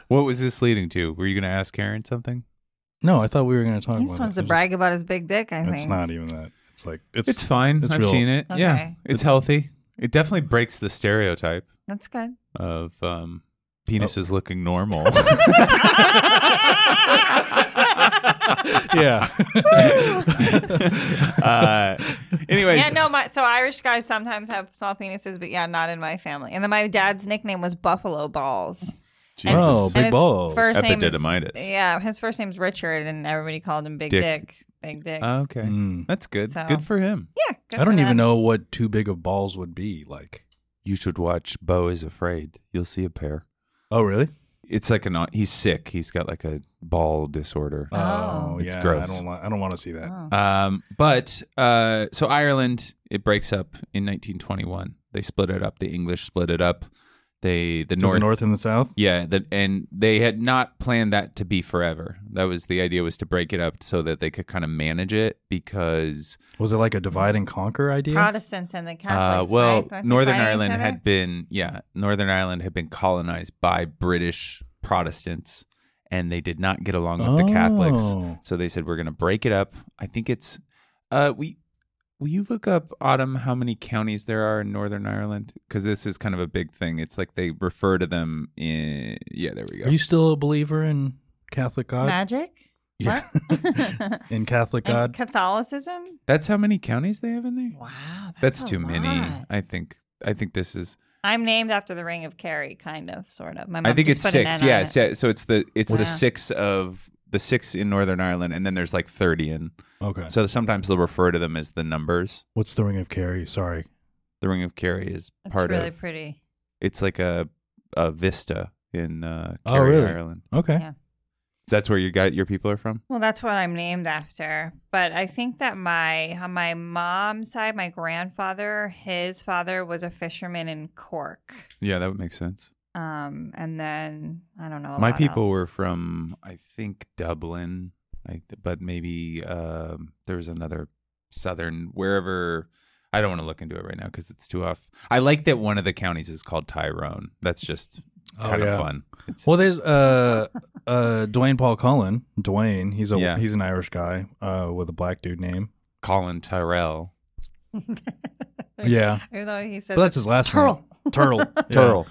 B: what was this leading to? Were you going to ask Karen something?
E: No, I thought we were going to talk
C: He
E: about.
C: just wants
E: it.
C: to brag about his big dick. I
E: It's,
C: think
E: it's not even that. It's like it's.
B: It's fine.
E: it's
B: I've
E: real.
B: seen it. Yeah,
C: Okay.
B: it's, healthy. It definitely breaks the stereotype
C: That's good.
B: of um, penises looking normal.
E: (laughs)
B: (laughs)
E: (laughs) yeah.
B: uh, anyways,
C: Yeah, no, my so Irish guys sometimes have small penises, but yeah, not in my family. And then my dad's nickname was Buffalo Balls.
B: Jesus.
E: Oh,
C: And
E: big
C: his
E: balls.
C: First name is-
B: Epididymitis.
C: yeah, his first name's Richard, and everybody called him Big
B: Dick. Uh,
C: Dick. Big Dick.
B: okay,
E: Mm.
B: that's good.
C: So-
B: Good for him.
C: yeah, good
E: I
C: for
E: don't even
C: them.
E: know what too big of balls would be like.
B: You should watch Bo is Afraid. You'll see a pair.
E: Oh, really?
B: It's like an au- he's sick. He's got like a ball disorder.
C: Oh.
B: It's
E: yeah,
B: gross.
E: I don't. want. I don't want to see that.
C: Oh.
B: Um, but uh, so Ireland it breaks up in 1921. They split it up. The English split it up. They the
E: To
B: North,
E: the north and the south.
B: yeah, the, and they had not planned that to be forever. That was the idea was to break it up so that they could kind of manage it because
E: Was it like a divide and conquer idea?
C: Protestants and the
B: Uh,
C: Catholics.
B: well,
C: right? Weren't they
B: Northern
C: fighting each
B: Ireland
C: other?
B: had been, yeah, Northern Ireland had been colonized by British Protestants, and they did not get along with the Catholics.
E: Oh.
B: So they said, "We're going to break it up." I think it's, uh, we, will you look up Autumn how many counties there are in Northern Ireland? Because this is kind of a big thing. It's like they refer to them in, yeah, there we go.
E: Are you still a believer in Catholic God?
C: magic.
E: Yeah.
B: (laughs)
C: What? (laughs)
E: In Catholic
C: And
E: God?
C: Catholicism.
B: That's how many counties they have in there.
C: Wow,
B: That's,
C: a
B: too many.
C: lot.
B: I think. I think this is.
C: I'm named after the Ring of Kerry, kind of, sort of. My mom
B: I think
C: just
B: it's
C: put an
B: six.
C: N on
B: Yeah,
C: it.
B: it's- yeah. So it's the it's
C: Wow.
B: the six of the six in Northern Ireland, and then there's like thirty in.
E: Okay.
B: So sometimes they'll refer to them as the numbers.
E: What's the ring of Kerry? Sorry.
B: The Ring of Kerry is
C: That's
B: part
C: really
B: of.
C: pretty.
B: It's like a a vista in uh,
E: Oh,
B: Kerry,
E: really?
B: Ireland.
E: Okay.
C: Yeah.
B: That's where you got your people are from.
C: Well, that's what I'm named after. But I think that my on my mom's side, my grandfather, his father was a fisherman in Cork.
B: Yeah, that would make sense.
C: Um, and then I don't know. a
B: My
C: lot
B: people
C: else.
B: were from I think Dublin, I, but maybe um, there was another southern wherever. I don't want to look into it right now because it's too off. I like that one of the counties is called Tyrone. That's just
E: Oh,
B: kind of
E: yeah.
B: fun. It's-
E: Well, there's uh uh Dwayne Paul Cullen. Dwayne, he's a
B: Yeah.
E: he's an Irish guy uh with a black dude name.
B: Colin Tyrell,
E: Yeah.
C: Even though he said
E: But that's his last name. Turtle.
C: (laughs)
E: Turtle.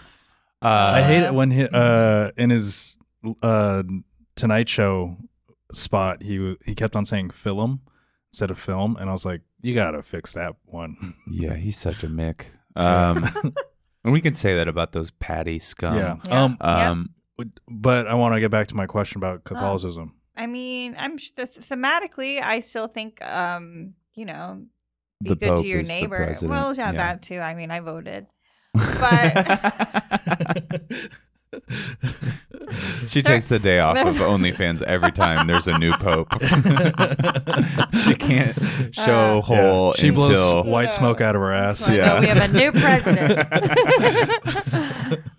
B: Uh,
E: I hate it when he uh in his uh Tonight Show spot he w- he kept on saying film instead of film and I was like you got to fix that one.
B: Yeah, he's such a mick. Um,
E: (laughs)
B: and we can say that about those patty scum.
E: yeah.
C: Yeah.
E: Um
C: Yeah.
B: Um,
E: but I want to get back to my question about
C: Ah.
E: Catholicism.
C: I mean, I'm sh- th- thematically, I still think, um, you know, be
B: The
C: good
B: Pope
C: to your
B: is the
C: neighbor.
B: president.
C: Well,
B: Yeah.
C: yeah, that too. I mean, I
B: (laughs)
C: voted, but (laughs)
B: She takes the day off of
C: there's-
B: OnlyFans every time there's a new pope. she can't show
C: Uh,
B: whole
E: Yeah. She
B: until
E: blows white smoke out of her ass.
C: so I know
B: Yeah.
C: we have a
B: (laughs)
C: new president.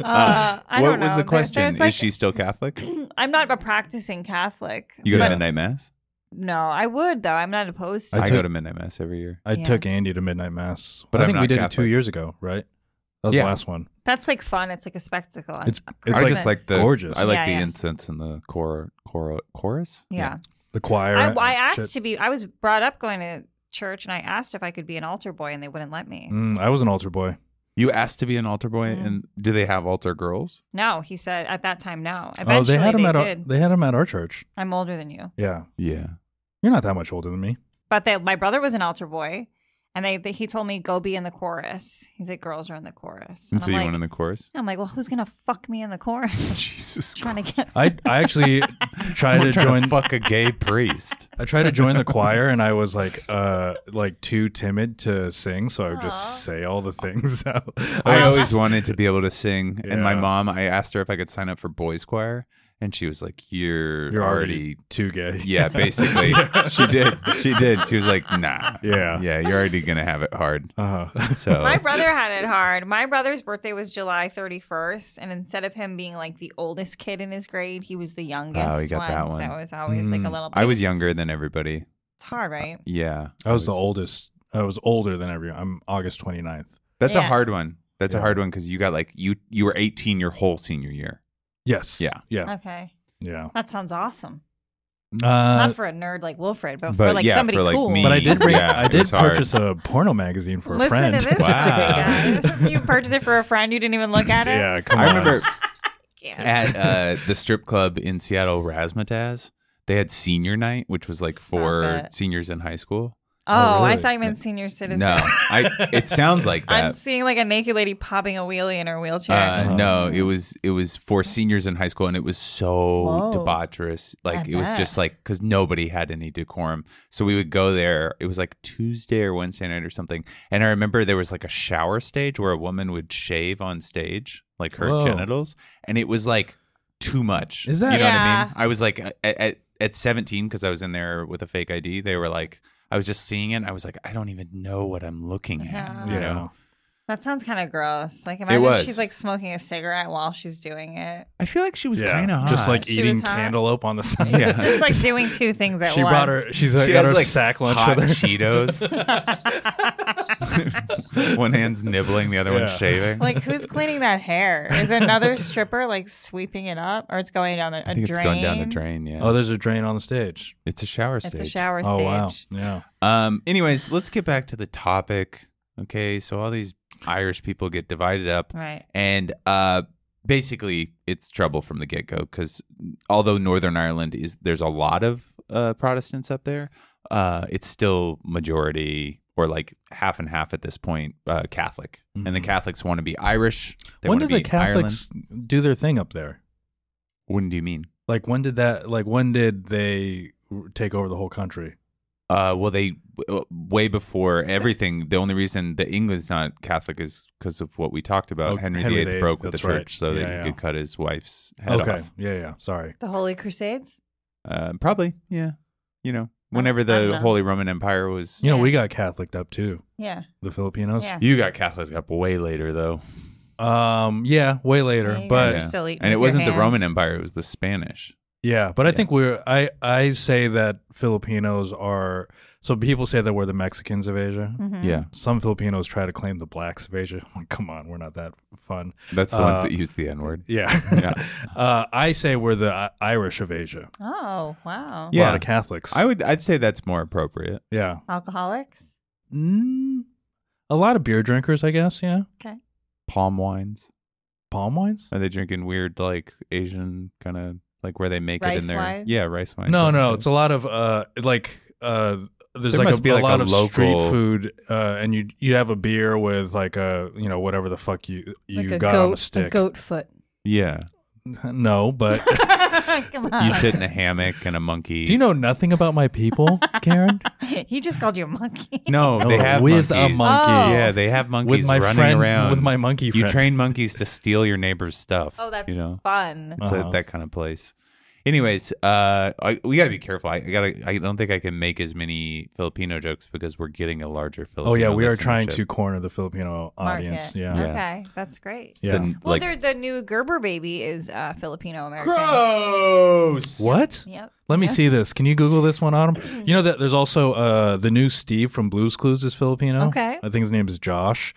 C: uh, I
B: what
C: don't
B: was
C: know.
B: the
C: There-
B: question?
C: there's, like-
B: Is she still Catholic?
C: I'm not a practicing Catholic.
B: You go
C: but-
B: to midnight mass?
C: No, I would though. I'm not opposed.
B: I,
C: to
E: I
B: go
E: took-
B: to midnight mass every year.
E: I
C: Yeah.
E: took Andy to midnight mass, but
B: But
E: I
B: I'm
E: think we
B: not
E: did it two
B: Catholic.
E: years ago, right? That was
B: Yeah.
E: the last one.
C: That's like fun. It's like a spectacle. on
E: It's- it's
B: I
C: Christmas.
B: just like the
E: Gorgeous.
B: I like
C: Yeah,
B: the
C: yeah.
B: incense and the chor, chor, chorus.
C: Yeah.
E: the choir.
C: I,
E: and
C: I asked
E: shit.
C: to be. I was brought up going to church, and I asked if I could be an altar boy, and they wouldn't let me.
E: Mm, I was an altar boy.
B: You asked to be an altar boy,
C: Mhm.
B: and do they have altar girls?
C: No, he said at that time. No, eventually
E: oh, they had him at our,
C: did.
E: they had him at our church.
C: I'm older than you,
E: Yeah,
B: Yeah.
E: you're not that much older than me.
C: but they, my brother was an altar boy, and they, they he told me go be in the chorus. He said girls are in the chorus,
B: And so
C: I'm
B: you
C: like,
B: went in the chorus?
C: I'm like, well, who's gonna fuck me in the (laughs) chorus?
B: Jesus
C: trying to
B: (laughs)
C: get.
E: I I actually tried to
B: We're trying
E: join.
B: fuck a gay priest.
E: I tried to join
B: (laughs)
E: the choir, and I was like, uh, like too timid to sing, so I would
C: Aw.
E: just say all the things (laughs) out.
B: I always wanted to be able to sing, and my
E: Yeah.
B: mom, I asked her if I could sign up for boys choir, and she was like, "You're,
E: You're
B: already, (laughs)
E: already too gay.
B: yeah,
E: (laughs)
B: basically." she did, she did. She was like, "Nah,
E: Yeah.
B: yeah, you're already gonna have it
E: (laughs)
B: hard."
E: Uh-huh.
B: So
C: My brother had it hard. My brother's birthday was July 31st, and instead of him being like the oldest kid in his grade, he was the youngest
B: Oh, he got
C: one,
B: that one.
C: So it was always like a
E: Mm.
C: little.
B: I was
C: bit-
B: younger than everybody.
C: It's hard, right?
B: Yeah,
E: I was the oldest. I was older than everyone. I'm August 29th.
B: That's a
C: Yeah.
B: hard one. That's a
E: Yeah.
B: hard one because you got like you you were 18 your whole senior year.
E: Yes.
B: Yeah.
E: Yeah.
C: Okay,
E: Yeah.
C: that sounds awesome.
E: Uh,
C: Uh, Not for a nerd like Wilfred, but,
B: but
C: for like
B: yeah,
C: somebody
B: for, like,
C: cool.
B: me.
E: but I did bring.
B: Yeah,
E: I
B: it
E: did
B: was hard.
E: purchase a porno magazine for a
C: Listen
E: friend. (laughs)
C: to this,
B: Wow.
C: guy. You purchased it for a friend. You didn't even look at it.
E: yeah. Come
B: I
E: on. (laughs)
B: remember
C: Yeah.
B: at uh, the strip club in Seattle, Razzmatazz. They had senior night, which was like
C: Stop
B: for
C: it.
B: seniors in high school.
C: Oh,
E: Oh,
C: I
E: really?
C: thought you meant senior citizen.
B: No, I. It sounds like
C: (laughs) I'm
B: that.
C: seeing like a naked lady popping a wheelie in her wheelchair.
B: Uh,
E: Oh.
B: no, it was it was for seniors in high school, and it was so
C: Whoa.
B: debaucherous. Like
C: I
B: it was
C: bet.
B: just like because nobody had any decorum, so we would go there. It was like Tuesday or Wednesday night or something, and I remember there was like a shower stage where a woman would shave on stage, like her
E: Whoa.
B: genitals, and it was like too much.
E: Is that-
B: you know what I
C: Yeah.
B: mean? I was like at at, at seventeen because I was in there with a fake ID. They were like. I was just seeing it. And I was like, I don't even know what I'm looking at.
C: Yeah.
B: You
E: Yeah.
B: know,
C: that sounds kind of gross. Like imagine
B: was.
C: she's like smoking a cigarette while she's doing
B: (laughs)
C: it.
B: I feel like she was
E: yeah.
B: kind of
E: just like
C: She was
E: eating
C: hot.
E: cantaloupe on the side.
B: Yeah.
C: It's just like doing two things at
E: (laughs) She
C: once.
B: (laughs)
E: brought her. She's like,
B: She
E: got
B: has,
E: her
B: like,
E: sack lunch
B: hot
E: with her. (laughs)
B: Cheetos. (laughs) one hand's nibbling, the other one's
E: Yeah.
B: shaving.
C: Like who's cleaning that hair? Is another stripper like sweeping it up, or it's going down the, a
B: I think
C: drain?
B: it's going down the drain. Yeah,
E: Oh, there's a drain on the stage.
B: it's a shower stage.
C: It's a shower
E: Oh
C: stage.
E: wow. Yeah.
B: Um. Anyways, let's get back to the topic. Okay, so all these Irish people get divided up,
C: Right.
B: and uh, basically it's trouble from the get go because although Northern Ireland is there's a lot of uh, Protestants up there, uh, it's still majority or like half and half at this point uh, Catholic, and the
E: Mhm.
B: Catholics want to be Irish. They
E: when
B: wanna
E: did the
B: be Ireland.
E: Catholics do their thing up there?
B: When do you mean?
E: Like when did that? Like when did they r- take over the whole country?
B: Uh, well, they w- way before everything. The only reason the England's not Catholic is because of what we talked about.
E: Oh,
B: Henry,
E: Henry
B: VIII
E: VIII,
B: broke with the
E: that's
B: church
E: right.
B: so that
E: Yeah,
B: he
E: yeah.
B: could cut his wife's head
E: okay.
B: off.
E: Yeah. Yeah. Sorry.
C: The Holy Crusades.
B: Uh, probably, yeah. You know, whenever
C: I don't
B: the
C: know.
B: Holy Roman Empire was.
E: You know, we got Catholiced up too.
C: Yeah.
E: The Filipinos.
C: Yeah.
B: You got Catholic up way later, though.
E: Um. Yeah. Way later,
C: Yeah, you
E: but
C: guys are still eating
B: and it
C: with your
B: wasn't the
C: hands.
B: Roman Empire; it was the Spanish.
E: Yeah, but I
B: Yeah.
E: think we're I I say that Filipinos are so people say that we're the Mexicans of Asia.
C: Mhm.
B: Yeah,
E: Some Filipinos try to claim the blacks of Asia. (laughs) I'm like, come on, we're not that fun.
B: that's the ones
E: Uh,
B: that use the N word.
E: Yeah.
B: Yeah.
E: (laughs) uh, I say we're the I- Irish of Asia.
C: Oh wow.
E: A
B: Yeah.
E: lot of Catholics.
B: I would, I'd say that's more appropriate.
E: yeah.
C: Alcoholics.
E: Mm, a lot of beer drinkers, I guess, yeah.
B: Palm wines.
E: Palm wines?
B: Are they drinking weird like Asian kind of like where they make it
C: Rice
B: in their
C: wine?
B: yeah rice wine?
E: No,
B: type
E: no,
B: shit?
E: it's a lot of uh like uh there's
B: There
E: like,
B: must
E: a,
B: be,
E: a
B: like,
E: lot
B: a
E: of street
B: local-
E: food uh and you you have a beer with like a you know whatever the fuck you you got on a stick.
C: foot.
B: yeah.
E: (laughs) No, but
C: (laughs)
E: (laughs)
C: Come on.
B: You sit in a hammock and a monkey.
C: (laughs)
E: do you know nothing about my people, Karen?
C: he just called you a monkey.
B: No,
E: No,
B: they have
E: with a
B: monkeys.
E: monkey.
C: Oh.
B: Yeah, they have monkeys
E: with my
B: running
E: friend,
B: around
E: with my monkey
B: You
E: friend.
B: train monkeys to steal your neighbor's stuff.
C: (laughs) Oh, that's
B: you know
C: fun.
B: it's a,
E: Uh-huh.
B: that kind of place. Anyways, uh, I, we gotta be careful. I, I gotta. I don't think I can make as many Filipino jokes because we're getting a larger Filipino.
E: Oh yeah, we are trying
B: listenership.
E: to corner the Filipino audience.
C: Market.
E: Yeah,
B: Yeah.
C: Okay, that's great.
E: yeah.
B: The-
C: Well,
B: like-
C: there- the new Gerber baby is uh, Filipino American.
B: gross.
E: What?
C: Yep.
E: Let me
C: Yeah. Mm-hmm.
E: see this. Can you Google this one, Autumn? you know that there's also uh, the new Steve from Blue's Clues is Filipino.
C: Okay.
E: I think his name is Josh.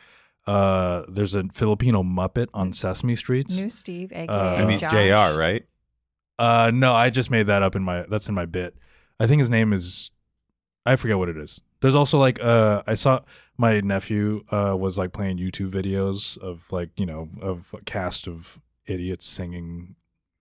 E: Uh, there's a Filipino Muppet on Sesame Street.
C: New Steve, aka
E: Uh,
B: And he's
C: Josh.
B: Jr. Right?
E: Uh, no, I just made that up in my. That's in my bit. I think his name is I forget what it is. There's also like uh I saw my nephew uh was like playing YouTube videos of like, you know, of a cast of idiots singing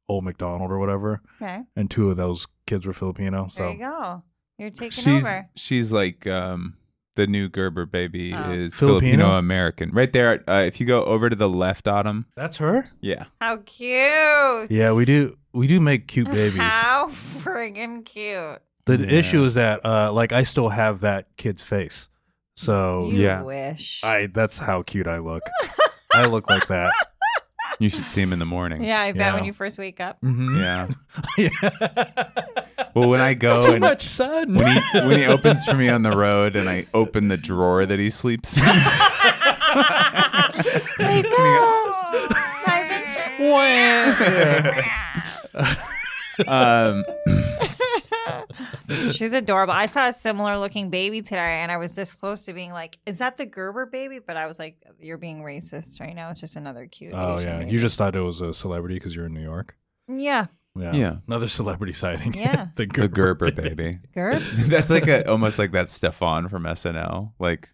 E: Old McDonald or whatever.
C: Okay.
E: And two of those kids were Filipino. So
C: There you go. You're taking
B: she's
C: over.
B: she's like um the new Gerber baby
C: Oh.
B: is
E: Filipino?
B: Filipino American. Right there, uh, if you go over to the left, Autumn.
E: that's her?
B: Yeah,
C: How cute.
E: Yeah, we do we do make cute babies.
C: How friggin' cute.
E: The
B: Yeah.
E: issue is that uh like I still have that kid's face. So
C: you
B: yeah.
C: wish.
E: Oh, I that's how cute
C: (laughs)
E: I look. I look like that.
B: you should see him in the morning.
C: yeah, I bet
E: Yeah.
C: when you first wake
E: (laughs)
C: up.
E: Mhm.
B: yeah.
E: (laughs) Yeah.
B: Well, when Oh, I go
E: Too
B: and
E: much sun.
B: when he when he opens for me on the road, and I open the drawer that he sleeps in.
E: (laughs)
C: Wake up. Nice and chill.
B: um,
C: (laughs) She's adorable. I saw a similar looking baby today, and I was this close to being like, "Is that the Gerber baby?" But I was like, "You're being racist right now. It's just another cute."
E: Oh
C: Asian
E: yeah,
C: baby."
E: you just thought it was a celebrity because you're in New York.
C: yeah,
E: Yeah,
B: yeah,
E: another celebrity sighting.
C: Yeah.
E: (laughs) the
B: the Gerber
E: Gerber.
B: baby. (laughs)
C: Gerb.
B: That's like a almost like that Stefan from SNL. Like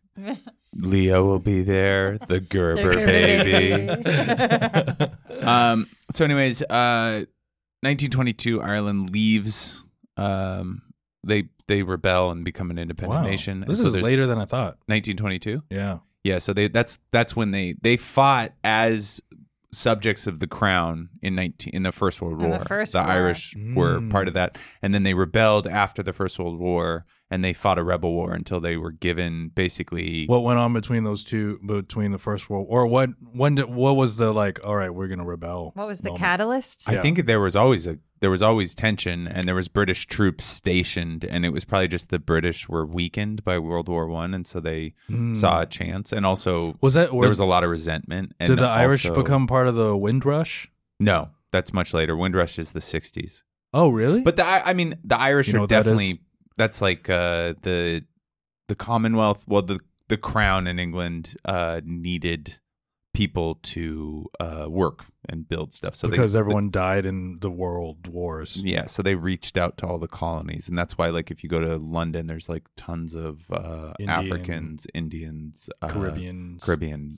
B: Leo will be there, the Gerber
D: Gerber
B: baby.
D: baby.
B: (laughs) um, so, anyways, uh, 1922, Ireland leaves. Um, they they rebel and become an independent
E: Wow.
B: nation.
E: This
B: So
E: is
B: there's
E: later than I thought.
B: 1922.
E: Yeah.
B: Yeah, so they that's that's when they they fought as subjects of the crown in 19 in the First World
C: In
B: War.
C: the First
B: the
C: War.
B: Irish were
E: Mm.
B: part of that and then they rebelled after the First World War and they fought a rebel war until they were given basically
E: What went on between those two? Between the first world, or what? When did? What was the like? All right, we're gonna rebel.
C: (laughs) What was the
E: moment?
C: catalyst?
B: I
E: Yeah.
B: think there was always a there was always tension and there was British troops stationed and it was probably just the British were weakened by World War 1 and so they
E: Mm.
B: saw a chance and also
E: Was that? Or
B: there was a lot of resentment and
E: did the Irish
B: also-
E: become part of the Windrush?
B: No, that's much later. Windrush is the 60s.
E: Oh, really?
B: But the, I I mean, the Irish
E: You know
B: are
E: what that
B: definitely
E: is?
B: that's like uh, the the Commonwealth. Well, the the crown in England uh, needed people to uh, work and build stuff. So
E: because
B: they,
E: everyone died in the world wars.
B: yeah, so they reached out to all the colonies, and that's why, like, if you go to London, there's like tons of uh,
E: Indian.
B: Africans, Indians, uh,
E: Caribbeans.
B: Caribbean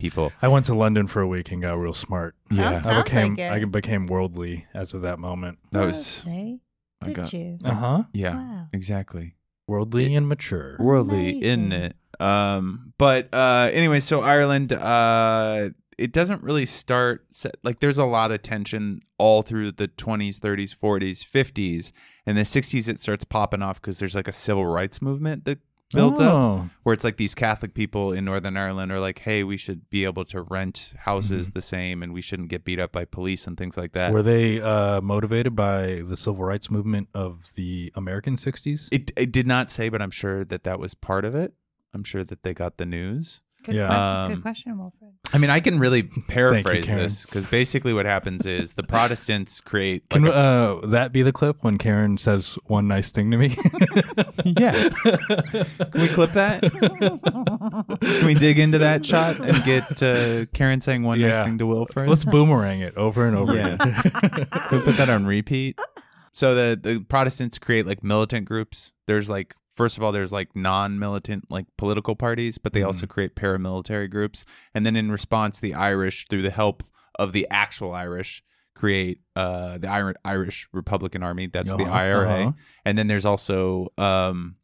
B: people.
E: I went to London for a week and got real smart.
B: Yeah.
C: That
E: I
C: sounds
E: became
C: like it.
E: I became worldly as of that moment.
B: That was Oh,
C: Hey,
B: I
C: Did
B: got
C: you?
E: Uh huh.
B: yeah,
C: Wow.
B: exactly.
E: Worldly and mature.
B: worldly, isn't
C: Amazing.
B: it? Um, but uh, anyway, so Ireland, uh, it doesn't really start set, like there's a lot of tension all through the 20s, 30s, 40s, 50s, and the 60s. It starts popping off because there's like a civil rights movement that builds up
E: oh.
B: where it's like these Catholic people in Northern Ireland are like, hey, we should be able to rent houses the same, and we shouldn't get beat up by police and things like that.
E: Were they uh, motivated by the civil rights movement of the American 60s?
B: it, it did not say, but I'm sure that that was part of it. I'm sure that they got the news.
C: Good
E: Yeah.
C: question.
B: Um,
C: Good
B: (laughs)
C: question, Wilfred.
B: I mean, I can really paraphrase
E: Karen.
B: this because basically what happens is the Protestants create. Like
E: Can
B: a-
E: uh, that be the clip when Karen says one nice thing
B: (laughs)
E: to me? (laughs)
B: yeah. can we clip that? (laughs) can we dig into that shot and get uh, Karen saying one nice
E: Yeah.
B: thing to Wilfred?
E: Let's boomerang it over and over
B: Yeah.
C: Ah,
E: again. (laughs)
B: Can we put that on repeat. So the the Protestants create like militant groups. There's like first of all, there's like non-militant like political parties, but they also create paramilitary groups. And then in response, the Irish, through the help of the actual Irish, create uh, the Ir- Irish Republican Army. That's the
E: Uh-huh,
B: IRA.
E: uh-huh.
B: And then there's also um,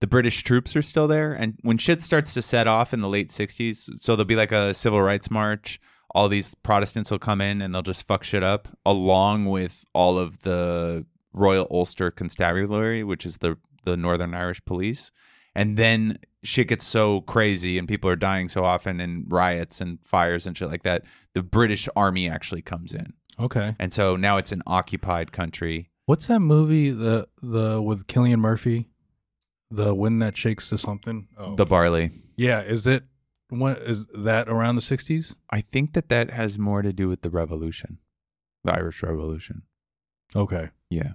B: the British troops are still there. And when shit starts to set off in the late 60s, so there'll be like a civil rights march. All these Protestants will come in and they'll just fuck shit up, along with all of the Royal Ulster Constabulary, which is the, the Northern Irish police. And then shit gets so crazy and people are dying so often and riots and fires and shit like that. The British army actually comes in.
E: okay.
B: And so now it's an occupied country.
E: What's that movie the the with Killian Murphy? The wind that shakes to something. Oh.
B: The barley.
E: yeah, is it when is that around the 60s?
B: I think that that has more to do with the revolution, the Irish Revolution.
E: Okay.
B: Yeah.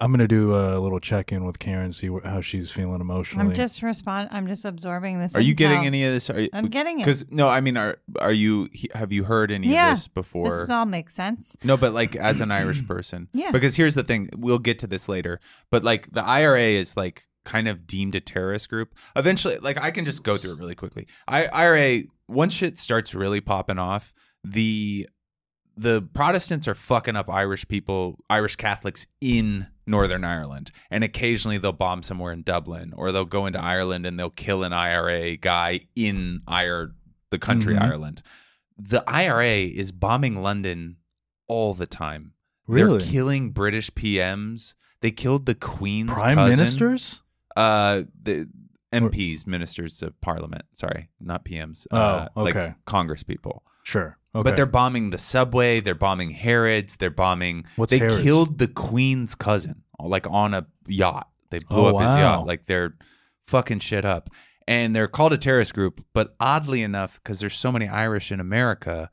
E: I'm gonna do a little check in with Karen, see wh- how she's feeling emotionally.
C: I'm just respond. I'm just absorbing this.
B: Are you
C: intel.
B: getting any of this? Are you,
C: I'm getting it.
B: Because no, I mean, are are you? he- Have you heard any
C: Yeah.
B: of this before?
C: This all makes sense.
B: No, but like as an
C: (clears throat)
B: Irish person.
C: Yeah.
B: Because here's the thing, we'll get to this later. But like the IRA is like kind of deemed a terrorist group. Eventually, like I can just go through it really quickly. I IRA, once shit starts really popping off, the the Protestants are fucking up Irish people, Irish Catholics in Northern Ireland. And occasionally they'll bomb somewhere in Dublin or they'll go into Ireland and they'll kill an IRA guy in Ire the country
E: Mhm.
B: Ireland. The IRA is bombing London all the time. They're
E: really
B: killing British PMs. They killed the Queen's
E: prime
B: cousin.
E: ministers.
B: Uh, the MPs, ministers of Parliament. Sorry, not PMs.
E: Oh,
B: uh,
E: okay.
B: Like Congress people.
E: Sure. Okay.
B: But they're bombing the subway. They're bombing Harrods. They're bombing.
E: What's
B: they
E: Harrods?
B: killed the Queen's cousin, like on a yacht. They blew
E: Oh,
B: up his
E: wow.
B: yacht. Like they're fucking shit up. And they're called a terrorist group. But oddly enough, because there's so many Irish in America,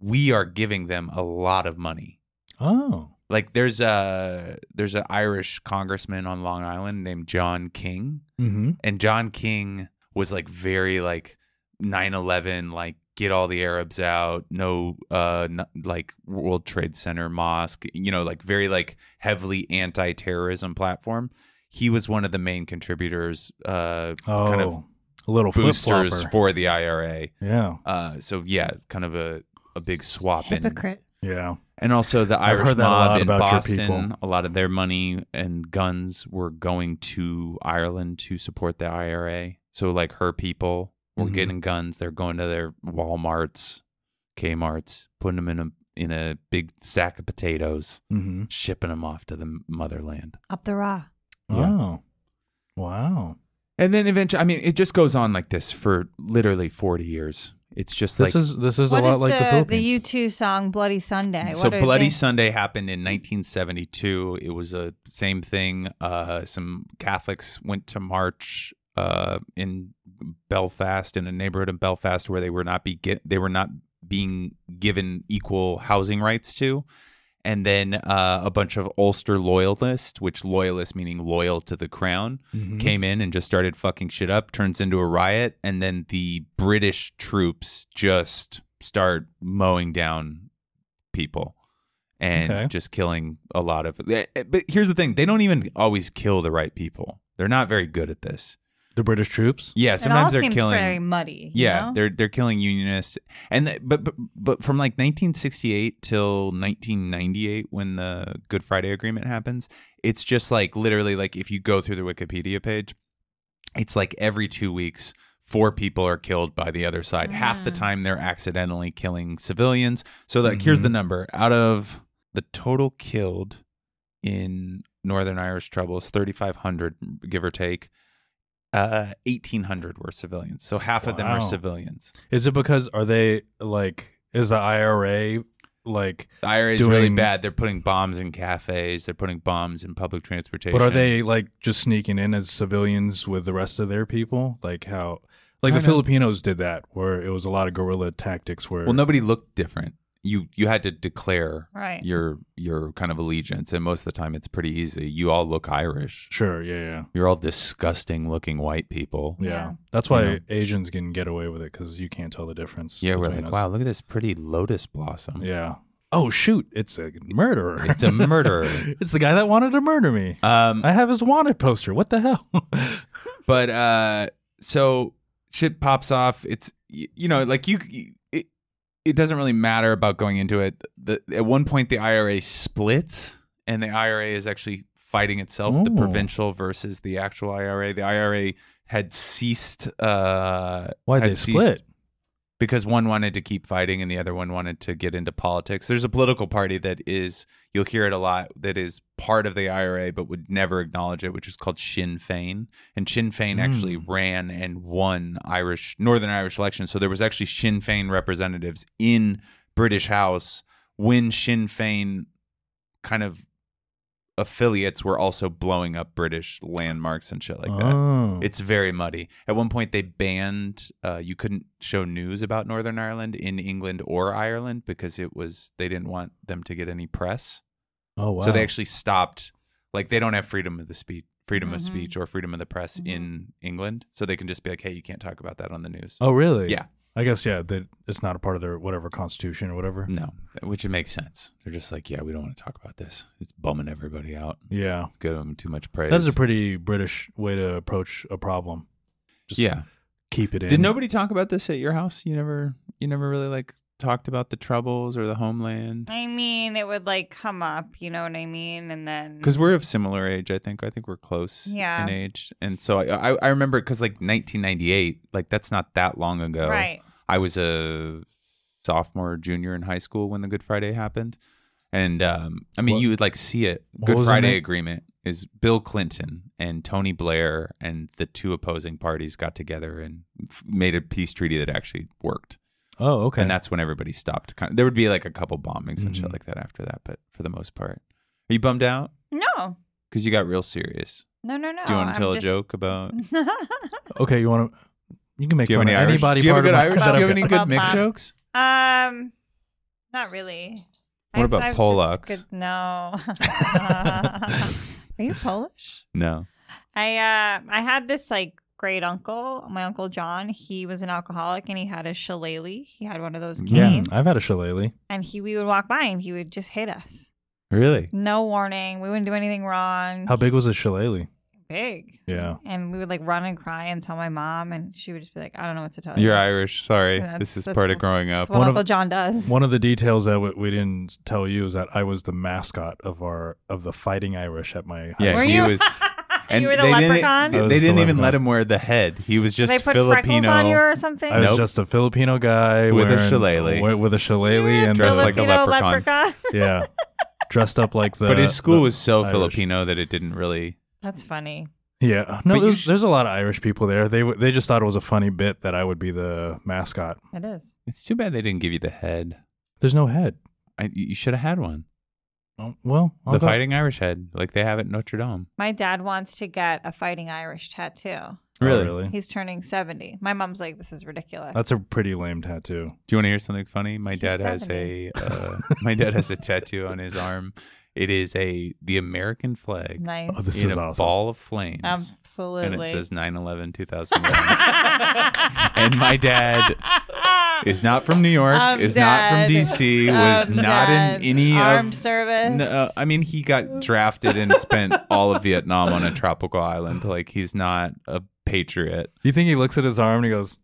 B: we are giving them a lot of money.
E: oh.
B: Like there's a there's an Irish congressman on Long Island named John King,
E: Mm-hmm.
B: and John King was like very like 9/11 like get all the Arabs out, no uh n- like World Trade Center mosque, you know, like very like heavily anti-terrorism platform. He was one of the main contributors uh
E: Oh.
B: kind of
E: a little flip
B: boosters
E: flopper.
B: for the IRA.
E: yeah.
B: Uh so yeah, kind of a a big swap in
C: Hypocrite.
E: Yeah.
B: and also the Irish
E: heard that a
B: mob
E: lot
B: in
E: about your
B: Boston,
E: people.
B: a lot of their money and guns were going to Ireland to support the IRA. So like her people were
E: Mhm.
B: getting guns, they're going to their Walmarts, Kmart's, putting them in a in a big sack of potatoes,
E: Mm-hmm.
B: shipping them off to the motherland.
C: Up the raw.
B: Yeah.
E: Oh. Wow.
B: And then eventually, I mean, it just goes on like this for literally 40 years. It's just
E: This
B: like
E: is this is a
C: What
E: lot
C: is
E: like the,
C: the,
E: Philippines.
C: U2 song Bloody Sunday?
B: So
C: What are
B: Bloody
C: they-
B: Sunday happened in 1972. It was a same thing. Uh, some Catholics went to march uh, in Belfast in a neighborhood in Belfast where they were not be get, they were not being given equal housing rights to. And then uh, a bunch of Ulster loyalists, which loyalists meaning loyal to the crown,
E: Mhm.
B: came in and just started fucking shit up, turns into a riot, and then the British troops just start mowing down people and
E: Okay.
B: just killing a lot of. eh, But here's the thing: they don't even always kill the right people. They're not very good at this.
E: The British troops.
B: Yeah,
C: It all
B: sometimes they're
C: seems
B: killing.
C: very muddy. you
B: yeah,
C: know?
B: they're they're killing unionists, and th- but, but but from like 1968 till 1998, when the Good Friday Agreement happens, it's just like literally like if you go through the Wikipedia page, it's like every two weeks four people are killed by the other side half the
C: Mm.
B: time they're accidentally killing civilians so like here's the number out of the total killed in northern irish troubles 3500 give or take uh 1800 were civilians so half of them
E: Wow.
B: are civilians
E: Is it because are they like is the IRA like
B: the ira is really
E: Doing-
B: bad they're putting bombs in cafes they're putting bombs in public transportation
E: but are they like just sneaking in as civilians with the rest of their people? Like how like the
B: Kinda.
E: Filipinos did that where it was a lot of guerrilla tactics where
B: well nobody looked different you you had to declare
C: right.
B: your your kind of allegiance and most of the time it's pretty easy you all look irish
E: Sure, yeah, yeah.
B: you're all disgusting looking white people
E: Yeah.
C: Yeah.
E: That's why
B: Yeah.
E: Asians can get away with it cuz you can't tell the difference.
B: yeah we're
E: between
B: like
E: us.
B: wow look at this pretty lotus blossom
E: Yeah. Oh shoot, it's a murderer. (laughs)
B: it's a murderer
E: it's the guy that wanted to murder me.
B: um
E: I have his wanted poster. What the hell? (laughs)
B: but uh so shit pops off it's y- you know like you, you it, it doesn't really matter about going into it the at one point the IRA splits and the IRA is actually fighting itself the
E: Ooh.
B: provincial versus the actual IRA the IRA had ceased uh
E: Why
B: had
E: they
B: ceased
E: split?
B: because one wanted to keep fighting and the other one wanted to get into politics. There's a political party that is you'll hear it a lot that is part of the IRA but would never acknowledge it, which is called Sinn Fein. And Sinn Fein actually
E: Hmm.
B: ran and won Irish Northern Irish elections. So there was actually Sinn Fein representatives in British House when Sinn Fein kind of affiliates were also blowing up British landmarks and shit like that.
E: Oh.
B: It's very muddy. At one point, they banned uh, you couldn't show news about Northern Ireland in England or Ireland because it was they didn't want them to get any press.
E: oh wow.
B: So they actually stopped like they don't have freedom of the speech, freedom of
C: Mhm.
B: speech, or freedom of the press
C: Mhm.
B: in England, so they can just be like, hey, you can't talk about that on the news.
E: Oh, really?
B: Yeah.
E: I guess yeah. That it's not a part of their whatever constitution or whatever.
B: No, which it makes sense. They're just like, yeah, we don't want to talk about this. It's bumming everybody out.
E: Yeah,
B: Give them too much praise.
E: that's a pretty British way to approach a problem. Just
B: yeah.
E: keep it in.
B: Did nobody talk about this at your house? You never, you never really like talked about the troubles or the homeland.
C: I mean, it would like come up, you know what I mean? And then
B: because we're of similar age i think i think we're close
C: Mm-hmm. Yeah.
B: in age and so i i, I remember because like 1998 like that's not that long ago
C: right,
B: i was a sophomore junior in high school when the good friday happened and um i mean
E: What-
B: you would like see it
E: What
B: good
E: was the
B: friday
E: name?
B: agreement is bill clinton and tony blair and the two opposing parties got together and f- made a peace treaty that actually worked
E: Oh, okay.
B: and that's when everybody stopped kind of, there would be like a couple bombings and shit
E: Mhm.
B: like that after that but for the most part are you bummed out
C: no,
B: because you got real serious.
C: no, no, no.
B: Do you want
C: I'm
B: to tell
C: just-
B: a joke
C: (laughs)
B: about?
E: okay, you want to? You can make
B: Do you
E: fun
B: have any
E: of
B: Irish?
E: anybody.
B: Do you have a good
E: part of my- (laughs)
B: Irish? Do
E: that
B: you have
E: I've
B: any
E: got.
B: good mix
C: Bob.
B: jokes?
C: um, not really.
B: What about
C: just
B: Polacks?
C: Good, no. (laughs) Are you Polish?
B: No.
C: I uh, I had this like great uncle, my uncle John. He was an alcoholic and he had a shillelagh. He had one of those
B: Yeah,
C: games,
E: I've had a shillelagh.
C: and he we would walk by and he would just hit us.
B: Really?
C: No warning. We wouldn't do anything wrong.
E: How big was a shillelagh?
C: big?
E: Yeah.
C: And we would like run and cry and tell my mom, and she would just be like, "I don't know what to tell you."
B: You're Irish. Sorry.
C: That's-
B: this is
C: that's
B: part of
C: what-
B: growing
C: That's
B: up.
C: what
E: One of-
C: Uncle John does.
E: One of the details that we, we didn't tell you is that I was the mascot of our of the Fighting Irish at my high
B: Yeah,
E: school.
C: were
B: he
C: you?
B: was-
C: (laughs) you were the
B: they
C: leprechaun.
E: I
B: Didn't,
E: was
B: they
E: the
B: didn't even let
E: leprechaun.
B: him wear the head. He was
C: Did
B: just
C: they put freckles
B: Filipino,
C: on you or something?
E: I was
B: Nope.
E: just a Filipino guy
B: With a
E: wearing-
B: shillelagh.
E: wi- with a
C: You were
E: shillelagh and
B: dressed
E: dressed
B: like
E: like
B: a
C: Filipino
B: leprechaun. (laughs)
E: yeah, dressed up like the.
B: but his school
E: the-
B: was so
E: Irish.
B: Filipino that it didn't really.
C: That's funny.
E: Yeah, no,
B: you
E: there's,
B: sh-
E: there's a lot of Irish people there. They w- they just thought it was a funny bit that I would be the mascot.
C: It is.
B: It's too bad they didn't give you the head.
E: There's no head.
B: I, you you should have had one.
E: Oh, well, I'll
B: the
E: go-
B: Fighting Irish head, like they have at Notre Dame.
C: My dad wants to get a fighting Irish tattoo.
E: Oh,
B: Really?
C: He's turning 70. My mom's like, this is ridiculous.
E: That's a pretty lame tattoo.
B: Do you want to hear something funny? My
C: He's
B: dad has
C: 70.
B: a
C: (laughs)
B: uh, my dad has a tattoo on his arm. It is a the American flag
C: nice. Um,
E: Oh, this
B: in
E: is
B: a
E: awesome.
B: ball of flames,
C: Absolutely.
B: and it says 9/11
C: (laughs)
B: 2011. and my dad is not from New York,
C: I'm
B: is not
C: dead.
B: from DC, was
C: I'm
B: not
C: dead.
B: in any
C: Um, armed
B: of. uh,
C: service.
B: No, I mean he got drafted and spent all of Vietnam on a tropical island. Like he's not a patriot.
E: You think he looks at his arm and he goes,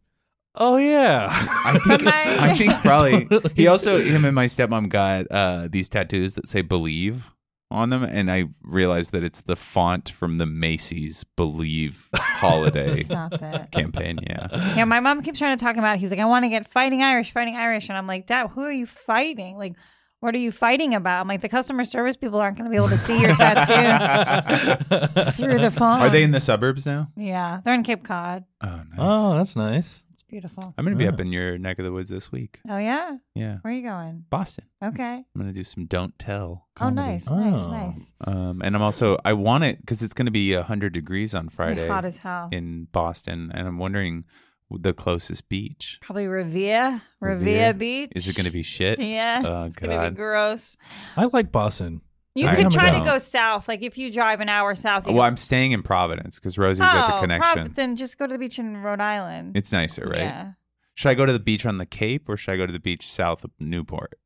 E: "Oh yeah."
B: I think,
C: my-
B: I
C: (laughs)
B: think probably he also him and my stepmom got uh, these tattoos that say "Believe" on them, and I realized that it's the font from the Macy's Believe
C: (laughs)
B: holiday
C: Stop it.
B: campaign. Yeah,
C: Yeah, my mom keeps trying to talk about. it. He's like, I want to get fighting Irish, fighting Irish, and I'm like, Dad, who are you fighting? Like, what are you fighting about? I'm like, the customer service people aren't going to be able to see your tattoo
B: (laughs)
C: through the phone.
B: are they in the suburbs now?
C: Yeah, they're in Cape Cod.
B: Oh, nice.
E: (laughs) oh, that's nice.
C: It's beautiful.
B: I'm gonna be up in your neck of the woods this week.
C: Oh yeah,
B: Yeah,
C: where are you going?
B: Boston.
C: Okay.
B: I'm gonna do some "Don't Tell."
C: Oh,
B: Comedy.
C: nice, nice,
E: Oh.
C: nice.
B: Um, and I'm also I want it because it's gonna be hundred degrees on Friday
C: Hot as hell.
B: in Boston, and I'm wondering the closest beach.
C: Probably Revere, Revere,
B: Revere.
C: Beach.
B: Is it going to
C: (laughs)
B: be shit?
C: Yeah,
B: Oh,
C: it's gonna
B: God.
C: be gross.
E: I like Boston.
C: You
E: I
C: could
E: am
C: try
E: down.
C: to go south. Like if you drive an hour south, you
B: Well,
C: go,
B: I'm staying in Providence because Rosie's at the
C: "Oh,
B: connection.
C: prob- then just go to the beach in Rhode Island.
B: It's nicer, right?
C: Yeah.
B: Should I go to the beach on the Cape or should I go to the beach south of Newport?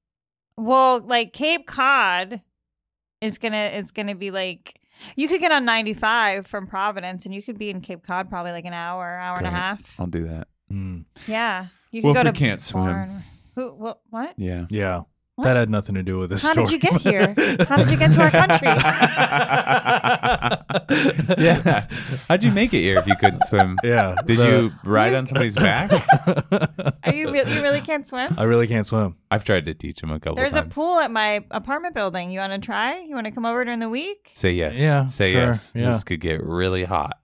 C: Well, like Cape Cod is gonna is gonna be like you could get on 95 from Providence and you could be in Cape Cod probably like an hour, hour and a
B: Great.
C: half.
B: I'll do that.
E: Mm,
C: Yeah. You
B: Well,
C: could
B: if
C: go
B: we
C: to
B: can't swim.
C: Barn- Who what what?
B: Yeah.
E: yeah,
C: What?
E: that had nothing to do with this.
C: How did
E: story.
C: you
E: (laughs)
C: get here? How did you get to
B: (laughs)
C: our country?
B: yeah. How'd you make it here if you
C: (laughs)
B: couldn't swim?
E: yeah,
B: Did
E: the-
B: you ride on
E: (laughs)
B: somebody's back?
C: Are you re- you really can't swim?
E: I really can't swim.
B: I've tried to teach him a couple
C: There's a
B: times.
C: pool at my apartment building. You want to try? You want to come over during
B: (laughs)
C: the week?
B: Say yes.
E: Yeah,
B: Say
E: sure,
B: yes.
E: yeah.
B: This could get really hot.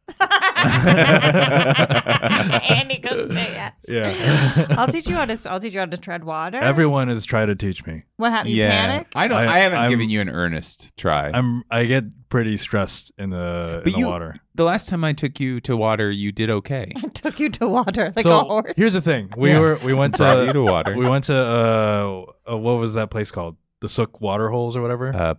C: and he goes, say yes.
E: Yeah,
C: I'll teach you how to. I'll teach you how to tread water.
E: everyone has tried to teach me.
C: what happened? You panic?
B: I don't. I,
E: I-
B: haven't
E: I'm-
B: given you an earnest try.
E: I'm I get pretty stressed in the in the
B: you,
E: water.
B: The last time I took you to water, you did
E: (laughs)
B: okay.
C: (laughs) took you to water like
E: so
C: a horse.
E: here's the thing: we
B: Yeah.
E: were we went
B: Brought you
E: to
B: to water.
E: we went to uh, uh what was that place called? The Sook Water Holes or whatever.
B: uh,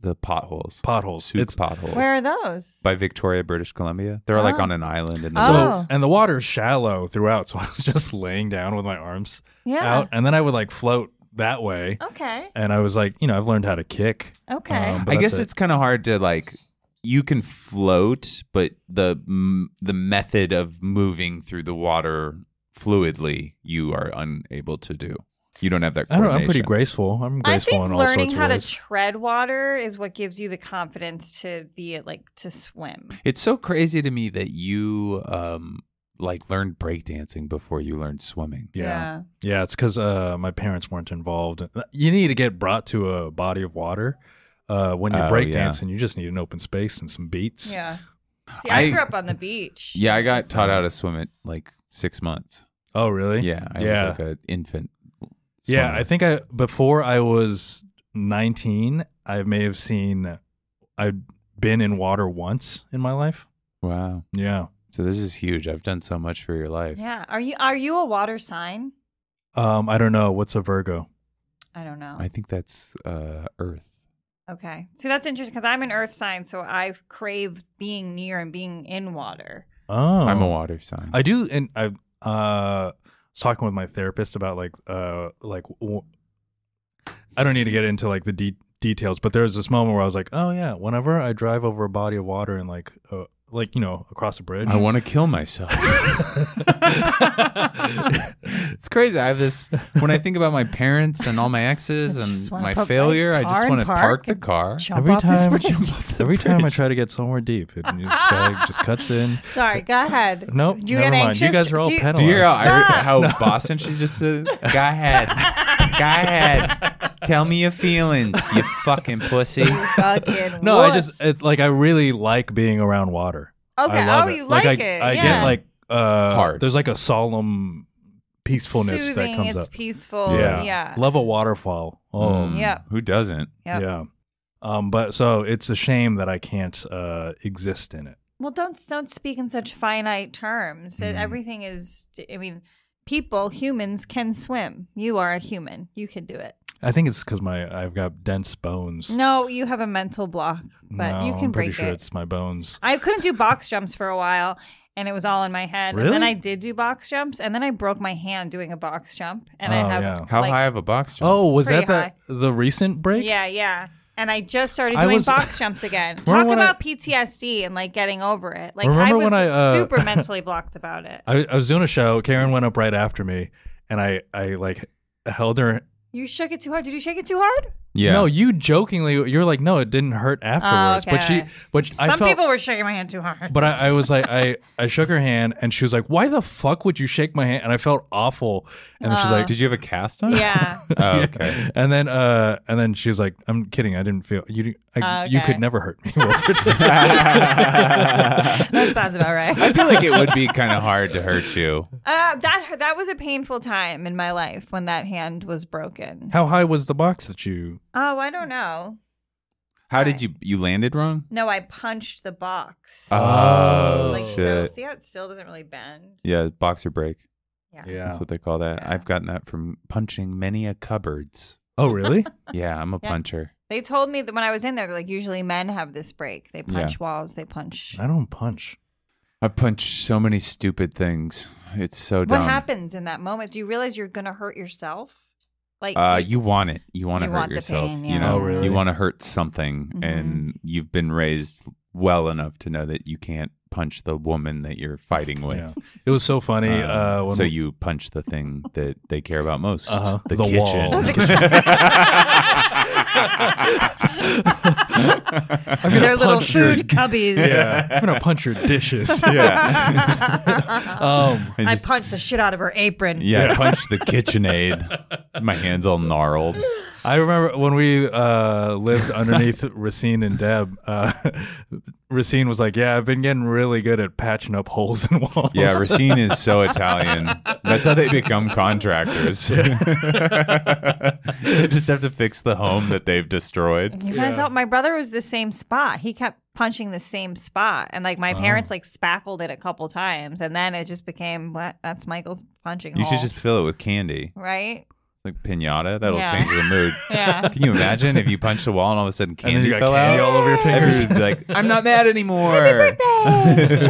B: the potholes.
E: potholes.
B: Souk
E: It's
B: potholes.
C: Where are those?
B: by Victoria, British Columbia. They're like
C: Oh.
B: on an island in the
E: so,
C: Oh.
B: woods.
E: and the water's shallow throughout. (laughs) So I was just laying down with my arms
C: Yeah.
E: out, and then I would like float that way.
C: Okay.
E: And I was like, you know, I've learned how to kick.
C: Okay.
E: Um, but
B: I
E: that's
B: guess
E: it.
B: it's kind of hard to like. You can float, but the m- the method of moving through the water fluidly, you are unable to do. You don't have that.
E: I don't. know, I'm pretty
B: coordination.
E: graceful. I'm
C: I
E: graceful
C: think
E: in all
C: learning
E: sorts of
C: how to
E: ways.
C: tread water is what gives you the confidence to be at, like to swim.
B: It's so crazy to me that you um like learned breakdancing before you learned swimming.
E: yeah, yeah. It's because uh, my parents weren't involved. Uh, You need to get brought to a body of water uh, when you're
B: Oh, yeah.
E: breakdancing. You just need an open space and some beats. (sighs)
C: Yeah. See, I,
B: I-
C: grew up on the beach.
B: Yeah, I got taught how to swim at like six months.
E: Oh, really?
B: Yeah, I
E: Yeah.
B: was like an infant.
E: Yeah,
B: swimmer.
E: I think I before I was 19, I may have seen I've been in water once in my life.
B: Wow.
E: Yeah.
B: So this is huge. I've done so much for your life.
C: Yeah. Are you are you a water sign?
E: Um I don't know what's a Virgo.
C: I don't know.
B: I think that's uh Earth.
C: okay. See, that's interesting because I'm an earth sign, so I crave being near and being in water.
E: Oh.
B: I'm a water sign.
E: I do and I uh was talking with my therapist about like uh like w- I don't need to get into like the de- details, but there was this moment where I was like, "Oh yeah, whenever I drive over a body of water and like uh, like, you know, across a bridge."
B: I want to kill myself. (laughs) it's crazy. I have this when I think about my parents and all my exes
C: (laughs) I just
B: and
C: wanna
B: my
C: put my
B: failure. I
C: car
B: just
C: in
B: want to
C: park
B: park the
C: and
B: car.
C: Jump
E: Every
C: off this (laughs)
E: time,
C: bridge.
E: (laughs) every time I try to get somewhere deep, it just, like, just cuts in.
C: Sorry, go ahead.
E: Nope,
C: You
E: never
C: get
E: mind.
C: anxious.
E: You guys are all
C: Do you-
E: penalized.
B: Do you hear how, I,
C: Stop.
B: how Boston she just said? Go ahead. Go ahead. Tell me your feelings, you fucking (laughs) pussy.
C: Fucking
E: (laughs) No, I
C: wuss.
E: just it's like I really like being around water.
C: okay.
E: I love
C: oh,
E: it.
C: you like,
E: I,
C: it?
E: I
C: yeah.
E: get like uh,
B: Hard.
E: There's like a solemn peacefulness
C: soothing.
E: that comes
C: it's
E: up.
C: peaceful.
E: yeah,
C: Yeah.
E: Love a waterfall. Oh,
B: Mm,
C: Yep.
B: Who doesn't?
C: Yep.
E: yeah. Um, but so it's a shame that I can't uh exist in it.
C: Well, don't don't speak in such finite terms.
E: Mm-hmm.
C: It- Everything is. I mean, people, humans can swim. You are a human. You can do it.
E: I think it's because my I've got dense bones.
C: No, you have a mental block, but
E: No,
C: you can
E: I'm pretty
C: break
E: sure
C: it.
E: it's my bones.
C: I couldn't do box jumps for a while, and it was all in my head. And then
E: Really?
C: I did do box jumps, and then I broke my hand doing a box jump, and
E: Oh,
C: I have
E: yeah.
B: How
C: like-
B: high of a box jump?
E: Oh, was
C: Pretty
E: that the the recent break?
C: Yeah, yeah. And I just started
E: I
C: doing
E: was-
C: box jumps again. Talk
E: (laughs) Remember when I-
C: about PTSD and like getting over it. Like I
E: Remember
C: was
E: when I, uh,
C: super mentally blocked about it.
E: I, I was doing a show. Karen went up right after me, and I, I like held her.
C: You shook it too hard. Did you shake it too hard?
B: yeah.
E: No, you jokingly, you were like, "No, it didn't hurt afterwards."
C: okay,
E: But she,
C: alright.
E: but I
C: Some
E: felt.
C: people were shaking my hand too hard.
E: but I, I was like, I, I shook her hand, and she was like, "Why the fuck would you shake my hand?" And I felt awful. And
B: Oh.
E: then she's like,
B: Did you have a cast on?
C: (laughs) Uh, yeah.
B: Oh, okay.
C: (laughs)
E: And then, uh, and then she was like, "I'm kidding. I didn't feel you. didn't- I, You
C: Okay.
E: could never hurt me." Wilfred."
C: That sounds about right.
B: I feel like it would be kind of hard to hurt you.
C: Uh, that that was a painful time in my life when that hand was broken.
E: How high was the box that you?
C: Oh, I don't know.
B: How did you you landed wrong?
C: No, I punched the box.
B: Oh,
C: like so.
B: shit.
C: See how it still doesn't really bend?
B: Yeah, boxer break.
E: Yeah.
B: That's what they call that.
C: Yeah.
B: I've gotten that from punching many a
C: (laughs)
B: cupboards.
E: Oh, really?
B: Yeah, I'm a
C: Yeah.
B: puncher.
C: They told me that when I was in there, they're like usually men have this break. They punch
B: Yeah.
C: walls. They punch.
E: I don't punch.
B: I've punched so many stupid things. It's so
C: What
B: dumb.
C: happens in that moment? Do you realize you're gonna hurt yourself? Like
B: Uh, you want it. You want to
C: You
B: hurt
C: want the
B: yourself.
C: pain,
B: You
C: yeah. Mm-hmm.
B: know,
E: Oh, really?
B: you want to hurt something, and you've been raised well enough to know that you can't punch the woman that you're fighting with.
E: Yeah. It was so funny. Uh,
B: Uh,
E: when
B: so you punch the thing that they care about most,
E: Uh-huh.
B: the,
E: The
B: kitchen. (laughs)
E: wall. I'm gonna
C: their little
E: punch your-
C: food cubbies.
E: Yeah. I'm gonna punch your dishes. Yeah. (laughs) um.
C: I punched the shit out of her apron.
B: yeah, I punched the KitchenAid. My hands all gnarled.
E: I remember when we uh, (laughs) lived underneath Racine and Deb. Uh, (laughs) Racine was like, "Yeah, I've been getting really good at patching up holes in walls."
B: Yeah, Racine is so Italian. That's how they become
E: (laughs)
B: contractors. they just have to fix the home that they've destroyed.
C: You guys out. My brother was the same spot. He kept punching the same spot, and like my
B: Oh.
C: parents like spackled it a couple times, and then it just became what? That's Michael's punching.
B: You
C: hole.
B: should just fill it with candy.
C: right.
B: like pinata. That'll
C: Yeah.
B: change the mood.
C: (laughs) Yeah.
B: Can you imagine if you punched a wall and all of a sudden
E: (laughs) And
B: candy
E: then you got
B: fell
E: candy
B: out?
E: all over your fingers.
B: Everyone's like, (laughs) I'm not mad anymore.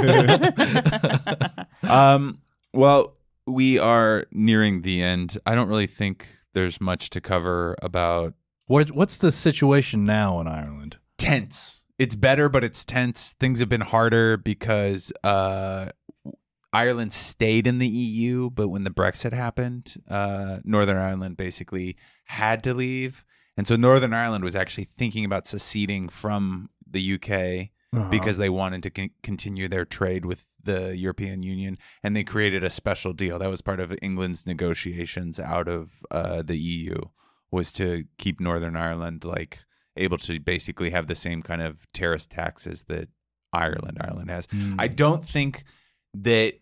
B: (laughs) um, well, we are nearing the end. I don't really think there's much to cover about
E: What, what's the situation now in Ireland?
B: tense. It's better, but it's tense. Things have been harder because uh, Ireland stayed in the EU, but when the Brexit happened, uh, Northern Ireland basically had to leave. And so Northern Ireland was actually thinking about seceding from the UK
E: Uh-huh.
B: because they wanted to con- continue their trade with the European Union, and they created a special deal that was part of England's negotiations out of uh, the EU was to keep Northern Ireland like able to basically have the same kind of terrace taxes that Ireland Ireland has.
E: Mm. Mm-hmm.
B: I don't think that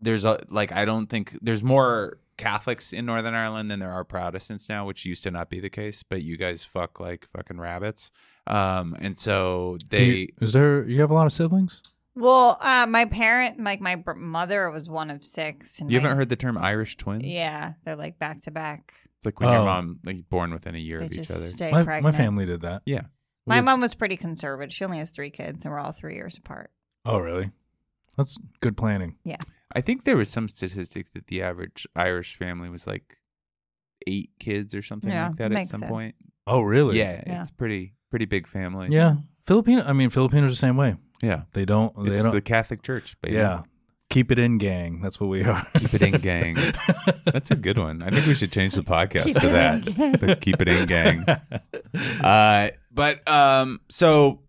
B: there's a like I don't think there's more Catholics in Northern Ireland than there are Protestants now, which used to not be the case. But you guys fuck like fucking rabbits, um, and so
E: Do
B: they.
E: you- is there you have a lot of siblings?
C: well, uh, my parent, like my br- mother, was one of six. And
B: You
C: my-
B: haven't heard the term Irish twins?
C: Yeah, they're like back to back.
B: It's like when your
E: Oh.
B: mom like born within a year
C: They
B: of each
C: just
B: other.
C: stay
E: My, my
C: pregnant.
E: family did that.
B: Yeah.
E: We
C: My
E: had-
C: mom was pretty conservative. She only has three kids, and we're all three years apart.
E: Oh, really? That's good planning.
B: I think there was some statistic that the average Irish family was like eight kids or something
C: Yeah,
B: like that at
C: makes
B: some
C: sense.
B: point.
E: Oh, really?
B: Yeah,
C: Yeah.
B: it's pretty pretty big families.
E: Yeah. Filipino. I mean, Filipinos are the same way.
B: Yeah.
E: They don't. They
B: It's
E: don't.
B: the Catholic Church, baby.
E: yeah. Keep it in, gang. That's what we are.
B: Keep it in gang. That's a good one. I think we should change the podcast
C: Keep
B: to
C: it in
B: that.
C: gang.
B: The Keep it in gang. Uh, but um, so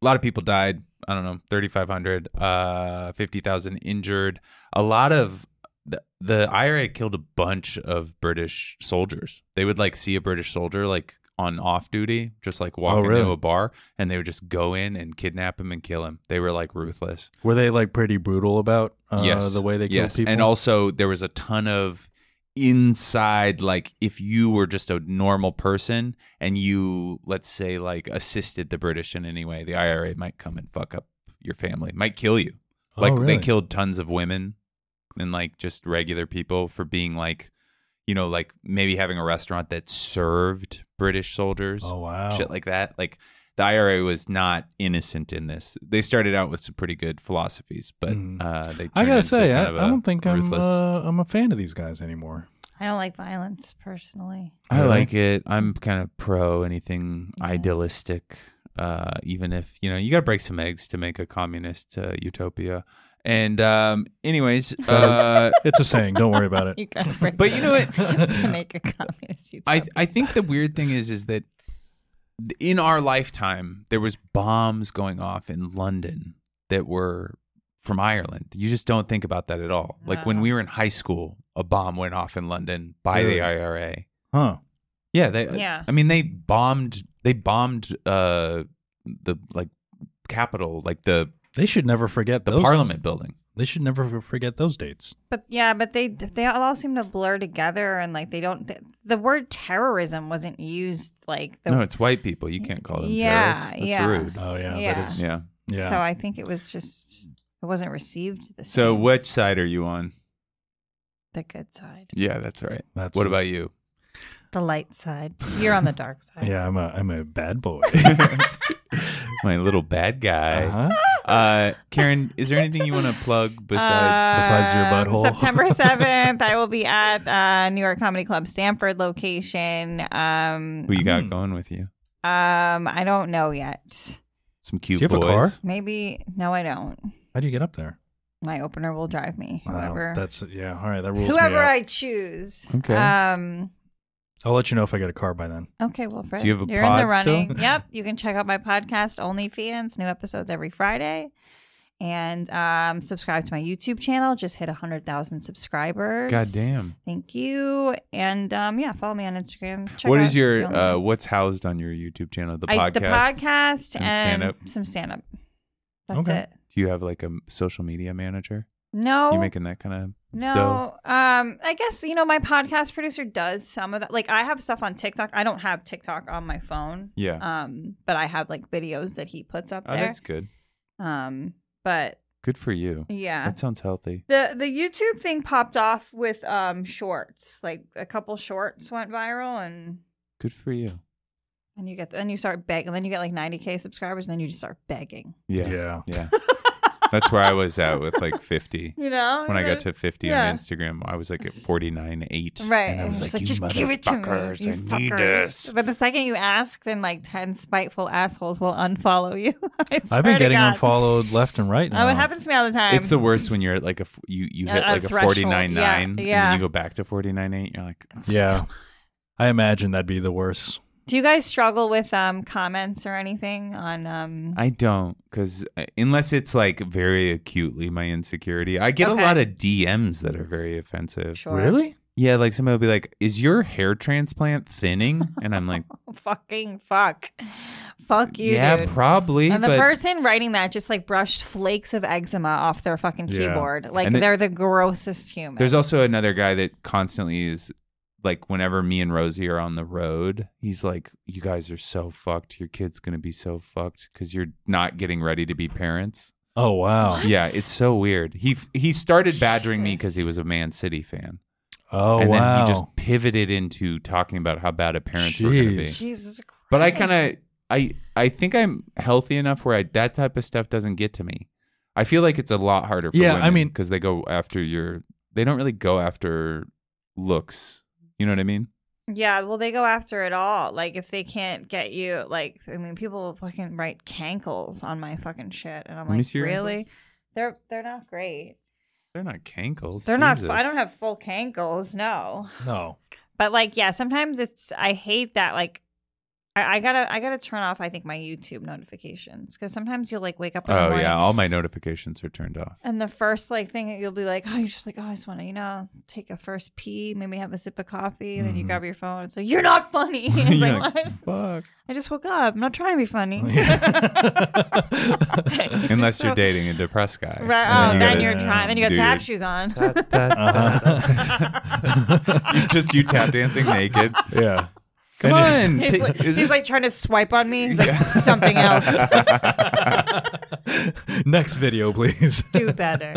B: a lot of people died. I don't know, 3,500, uh, 50,000 injured. A lot of the, the IRA killed a bunch of British soldiers. They would like see a British soldier like on off duty, just
C: Oh,
B: like walk into
E: really?
B: a bar, and they would just go in and kidnap him and kill him. They were like ruthless.
E: Were they like pretty brutal about uh,
B: yes.
E: the way they kill
B: yes.
E: people?
B: And also, there was a ton of inside like if you were just a normal person and you let's say like assisted the british in any way the ira might come and fuck up your family might kill you
E: Oh,
B: like
E: really?
B: they killed tons of women and like just regular people for being like you know like maybe having a restaurant that served british soldiers
E: Oh wow.
B: shit like that. Like the IRA was not innocent in this. They started out with some pretty good philosophies, but
E: Mhm.
B: uh, they. Turned
E: I gotta
B: into
E: say,
B: kind
E: I,
B: of
E: I
B: a
E: don't think I'm
B: ruthless-
E: uh, I'm a fan of these guys anymore.
C: I don't like violence personally.
B: I
E: Really?
B: like it. I'm kind of pro anything idealistic, uh, even if you know you got to break some eggs to make a communist uh, utopia. And um,
E: (laughs)
B: anyways, uh,
E: It's a saying. Don't worry
C: (laughs)
E: about
C: You
E: it.
C: gotta break
B: But you know
C: it
B: what?
C: to make a communist.
B: I
C: utopia.
B: I think the weird thing is is that in our lifetime there was bombs going off in London that were from Ireland. You just don't think about that at all. Like when
C: No.
B: we were in high school, a bomb went off in London by
E: Really?
B: the IRA.
E: Huh?
B: Yeah, they
C: Yeah.
B: I mean they bombed they bombed uh the like capital, like the
E: They should never forget
B: the
E: those-
B: parliament building.
E: They should never f- forget those dates.
C: But yeah, but they they all seem to blur together, and like they don't. The, the word terrorism wasn't used like the.
B: no, it's white people. You can't call them
C: Yeah,
B: terrorists. That's
C: yeah.
B: rude.
E: Oh yeah,
C: Yeah.
E: that is.
B: Yeah.
E: Yeah.
C: So I think it was just it wasn't received. The
B: So
C: same.
B: which side are you on?
C: The good side,
B: Yeah, that's right.
E: That's
B: What about you?
C: the light side. You're on the dark side.
E: Yeah, I'm a I'm a
B: (laughs)
E: bad boy.
B: my little bad guy.
E: uh-huh.
B: uh Karen, is there anything you
C: (laughs)
B: want to plug besides?
E: Besides your
C: Um,
E: butthole. (laughs)
C: September 7th, I will be at uh, New York Comedy Club Stanford location. Um,
B: who you
E: hmm.
B: got going with you?
C: um, I don't know yet.
B: Some cute
E: Do you have a
B: boys.
E: car?
C: Maybe, no, I don't.
E: How do you get up there?
C: My opener will drive me.
E: Wow,
C: Whoever,
E: that's yeah. All right, that rules
C: whoever
E: me out.
C: I choose.
B: Okay.
C: Um,
E: I'll let you know if I get a car by then.
C: Okay, well, Fred,
B: you have a
C: are in the
B: pod still?
C: running. Yep,
B: (laughs)
C: you can check out my podcast, OnlyFans, new episodes every Friday, and um, subscribe to my YouTube channel. Just hit hundred thousand subscribers.
B: God damn.
C: Thank you, and um, yeah, follow me on Instagram. Check
B: what
C: out
B: is your
C: the
B: uh what's housed on your YouTube channel? The
C: I-
B: podcast.
C: the podcast
B: and
C: and,
B: stand-up?
C: some stand up. That's
E: Okay.
C: it.
B: Do you have like a m- social media manager?
C: No,
B: You making that kind of
C: No, um, I guess you know my podcast producer does some of that. Like I have stuff on TikTok. I don't have TikTok on my phone.
B: Yeah.
C: Um, but I have like videos that he puts up
B: Oh,
C: there.
B: that's good.
C: Um, but
B: Good for you.
C: Yeah.
B: That sounds healthy.
C: The the YouTube thing popped off with um shorts. Like a couple shorts went viral and
B: Good for you.
C: and you get then you start begging then you get like 90k subscribers and then you just start begging.
E: Yeah.
B: Yeah.
C: (laughs)
B: Yeah. That's where I was at with like 50.
C: You know?
B: When I got to 50
C: Yeah.
B: on Instagram, I was like at 49, 8.
C: Right.
B: And I was
C: It's
B: like,
C: like,
B: you
C: just give it to me.
B: motherfuckers,
C: you
B: I need
C: fuckers."
B: this.
C: But the second you ask, then like 10 spiteful assholes will unfollow you. (laughs) I swear
E: I've been
C: to
E: getting
C: God.
E: unfollowed left and right now.
C: Oh, it happens to me all the time.
B: It's the worst when you're at like a f- you you
C: At
B: hit
C: a
B: like a
C: threshold,
B: forty nine
C: yeah,
B: nine,
C: yeah.
B: and then you go back to forty nine eight. You're like,
E: Yeah. I imagine that'd be the worst.
C: Do you guys struggle with um comments or anything on um
B: I don't, because unless it's like very acutely my insecurity, I get
C: Okay.
B: a lot of DMs that are very offensive.
C: Sure.
B: Yeah, like somebody will be like, "Is your hair transplant thinning?" And I'm like,
C: fucking fuck. Fuck (laughs) you,
B: "Yeah,
C: dude.
B: probably."
C: And the
B: but
C: person writing that just like brushed flakes of eczema off their fucking
E: Yeah.
C: keyboard. Like
B: And the-
C: they're the grossest human.
B: there's also another guy that constantly is like, whenever me and Rosie are on the road, he's like, "You guys are so fucked. Your kid's gonna be so fucked because you're not getting ready to be parents."
E: Oh wow.
B: Yeah, it's so weird. He f- he started badgering me because
C: Jesus.
B: he was a Man City fan,
E: Oh
B: and
E: wow.
B: then he just pivoted into talking about how bad a parents were going to
E: Jeez.
B: be.
C: Jesus Christ.
B: But I kind of I I think I'm healthy enough where I, that type of stuff doesn't get to me. I feel like it's a lot harder. for
E: Yeah, I mean-
B: because they go after your they don't really go after looks. You know what I mean?
C: Yeah, well, they go after it all. Like, if they can't get you, like, I mean, people fucking write cankles on my fucking shit, and I'm
B: Let me
C: like,
B: see your
C: really?
B: ankles.
C: They're they're not great.
B: They're not cankles.
C: They're not.
B: Jesus.
C: I don't have full cankles, no.
E: no.
C: But like, yeah, sometimes it's. I hate that. Like, I, I gotta I gotta turn off. I think my YouTube notifications because sometimes you'll like wake up. In the
B: Oh
C: morning,
B: yeah, all my notifications are turned off.
C: And the first like thing that you'll be like, oh, you're just like, oh, I just want to, you know, take a first pee, maybe have a sip of coffee, and then you
B: Mhm.
C: grab your phone. It's like you're not funny. (laughs) It's
B: You're
C: like,
B: like,
C: what?
B: Fuck.
C: (laughs) I just woke up. I'm not trying to
B: (laughs)
C: be funny. (laughs)
B: Unless
C: So-
B: you're dating a depressed guy.
C: Right. Oh,
E: you
C: then
E: gotta-
C: you're trying. Then you got
B: Dude.
C: tap shoes on.
E: Uh-huh.
B: (laughs) Just you tap dancing naked.
E: yeah.
B: Come on.
C: (laughs) He's,
B: ta-
C: like,
B: is
C: he's
B: this-
C: like trying to swipe on me. He's like something else.
B: (laughs)
E: (laughs) Next video, please.
C: Do better.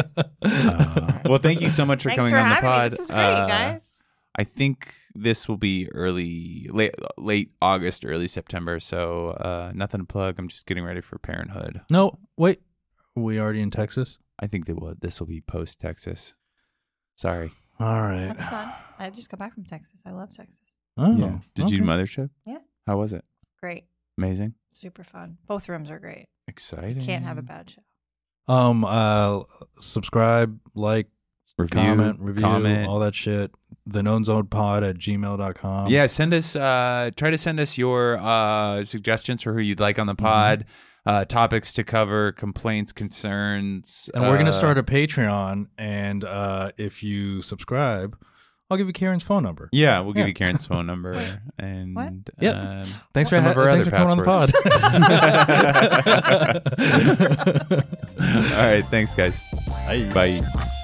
B: well, thank you so much for
C: Thanks
B: coming
C: for
B: on the
C: having
B: pod.
C: me. This was great,
B: Uh,
C: guys.
B: I think this will be early, late, late August, early September. So uh, nothing to plug. I'm just getting ready for Parenthood.
E: (laughs) no, wait. Are we already in Texas?
B: I think that will, this will be post Texas. Sorry.
E: All right.
C: That's fun. I just got back from Texas. I love Texas.
E: Oh,
B: yeah. Did you
E: okay.
B: mothership?
C: Yeah.
B: How was it?
C: Great.
B: Amazing.
C: Super fun. Both rooms are great.
B: Exciting.
C: Can't have a bad show.
E: um uh subscribe, like,
B: review.
E: comment, review,
B: comment.
E: all that shit. The known zone pod at gmail.com.
B: yeah send us uh try to send us your uh suggestions for who you'd like on
E: Mm-hmm.
B: the pod uh topics to cover complaints concerns
E: And we're
B: uh,
E: gonna start a Patreon and uh if you subscribe, I'll give you Karen's phone number.
B: yeah we'll give
E: Yeah.
B: you karen's
E: (laughs)
B: phone number and
C: What?
E: Yep.
B: um,
E: Thanks
B: some
E: for
B: of our
E: having thanks
B: other
E: for coming on the pod. (laughs)
B: passwords. (laughs)
E: (laughs)
B: all right thanks guys bye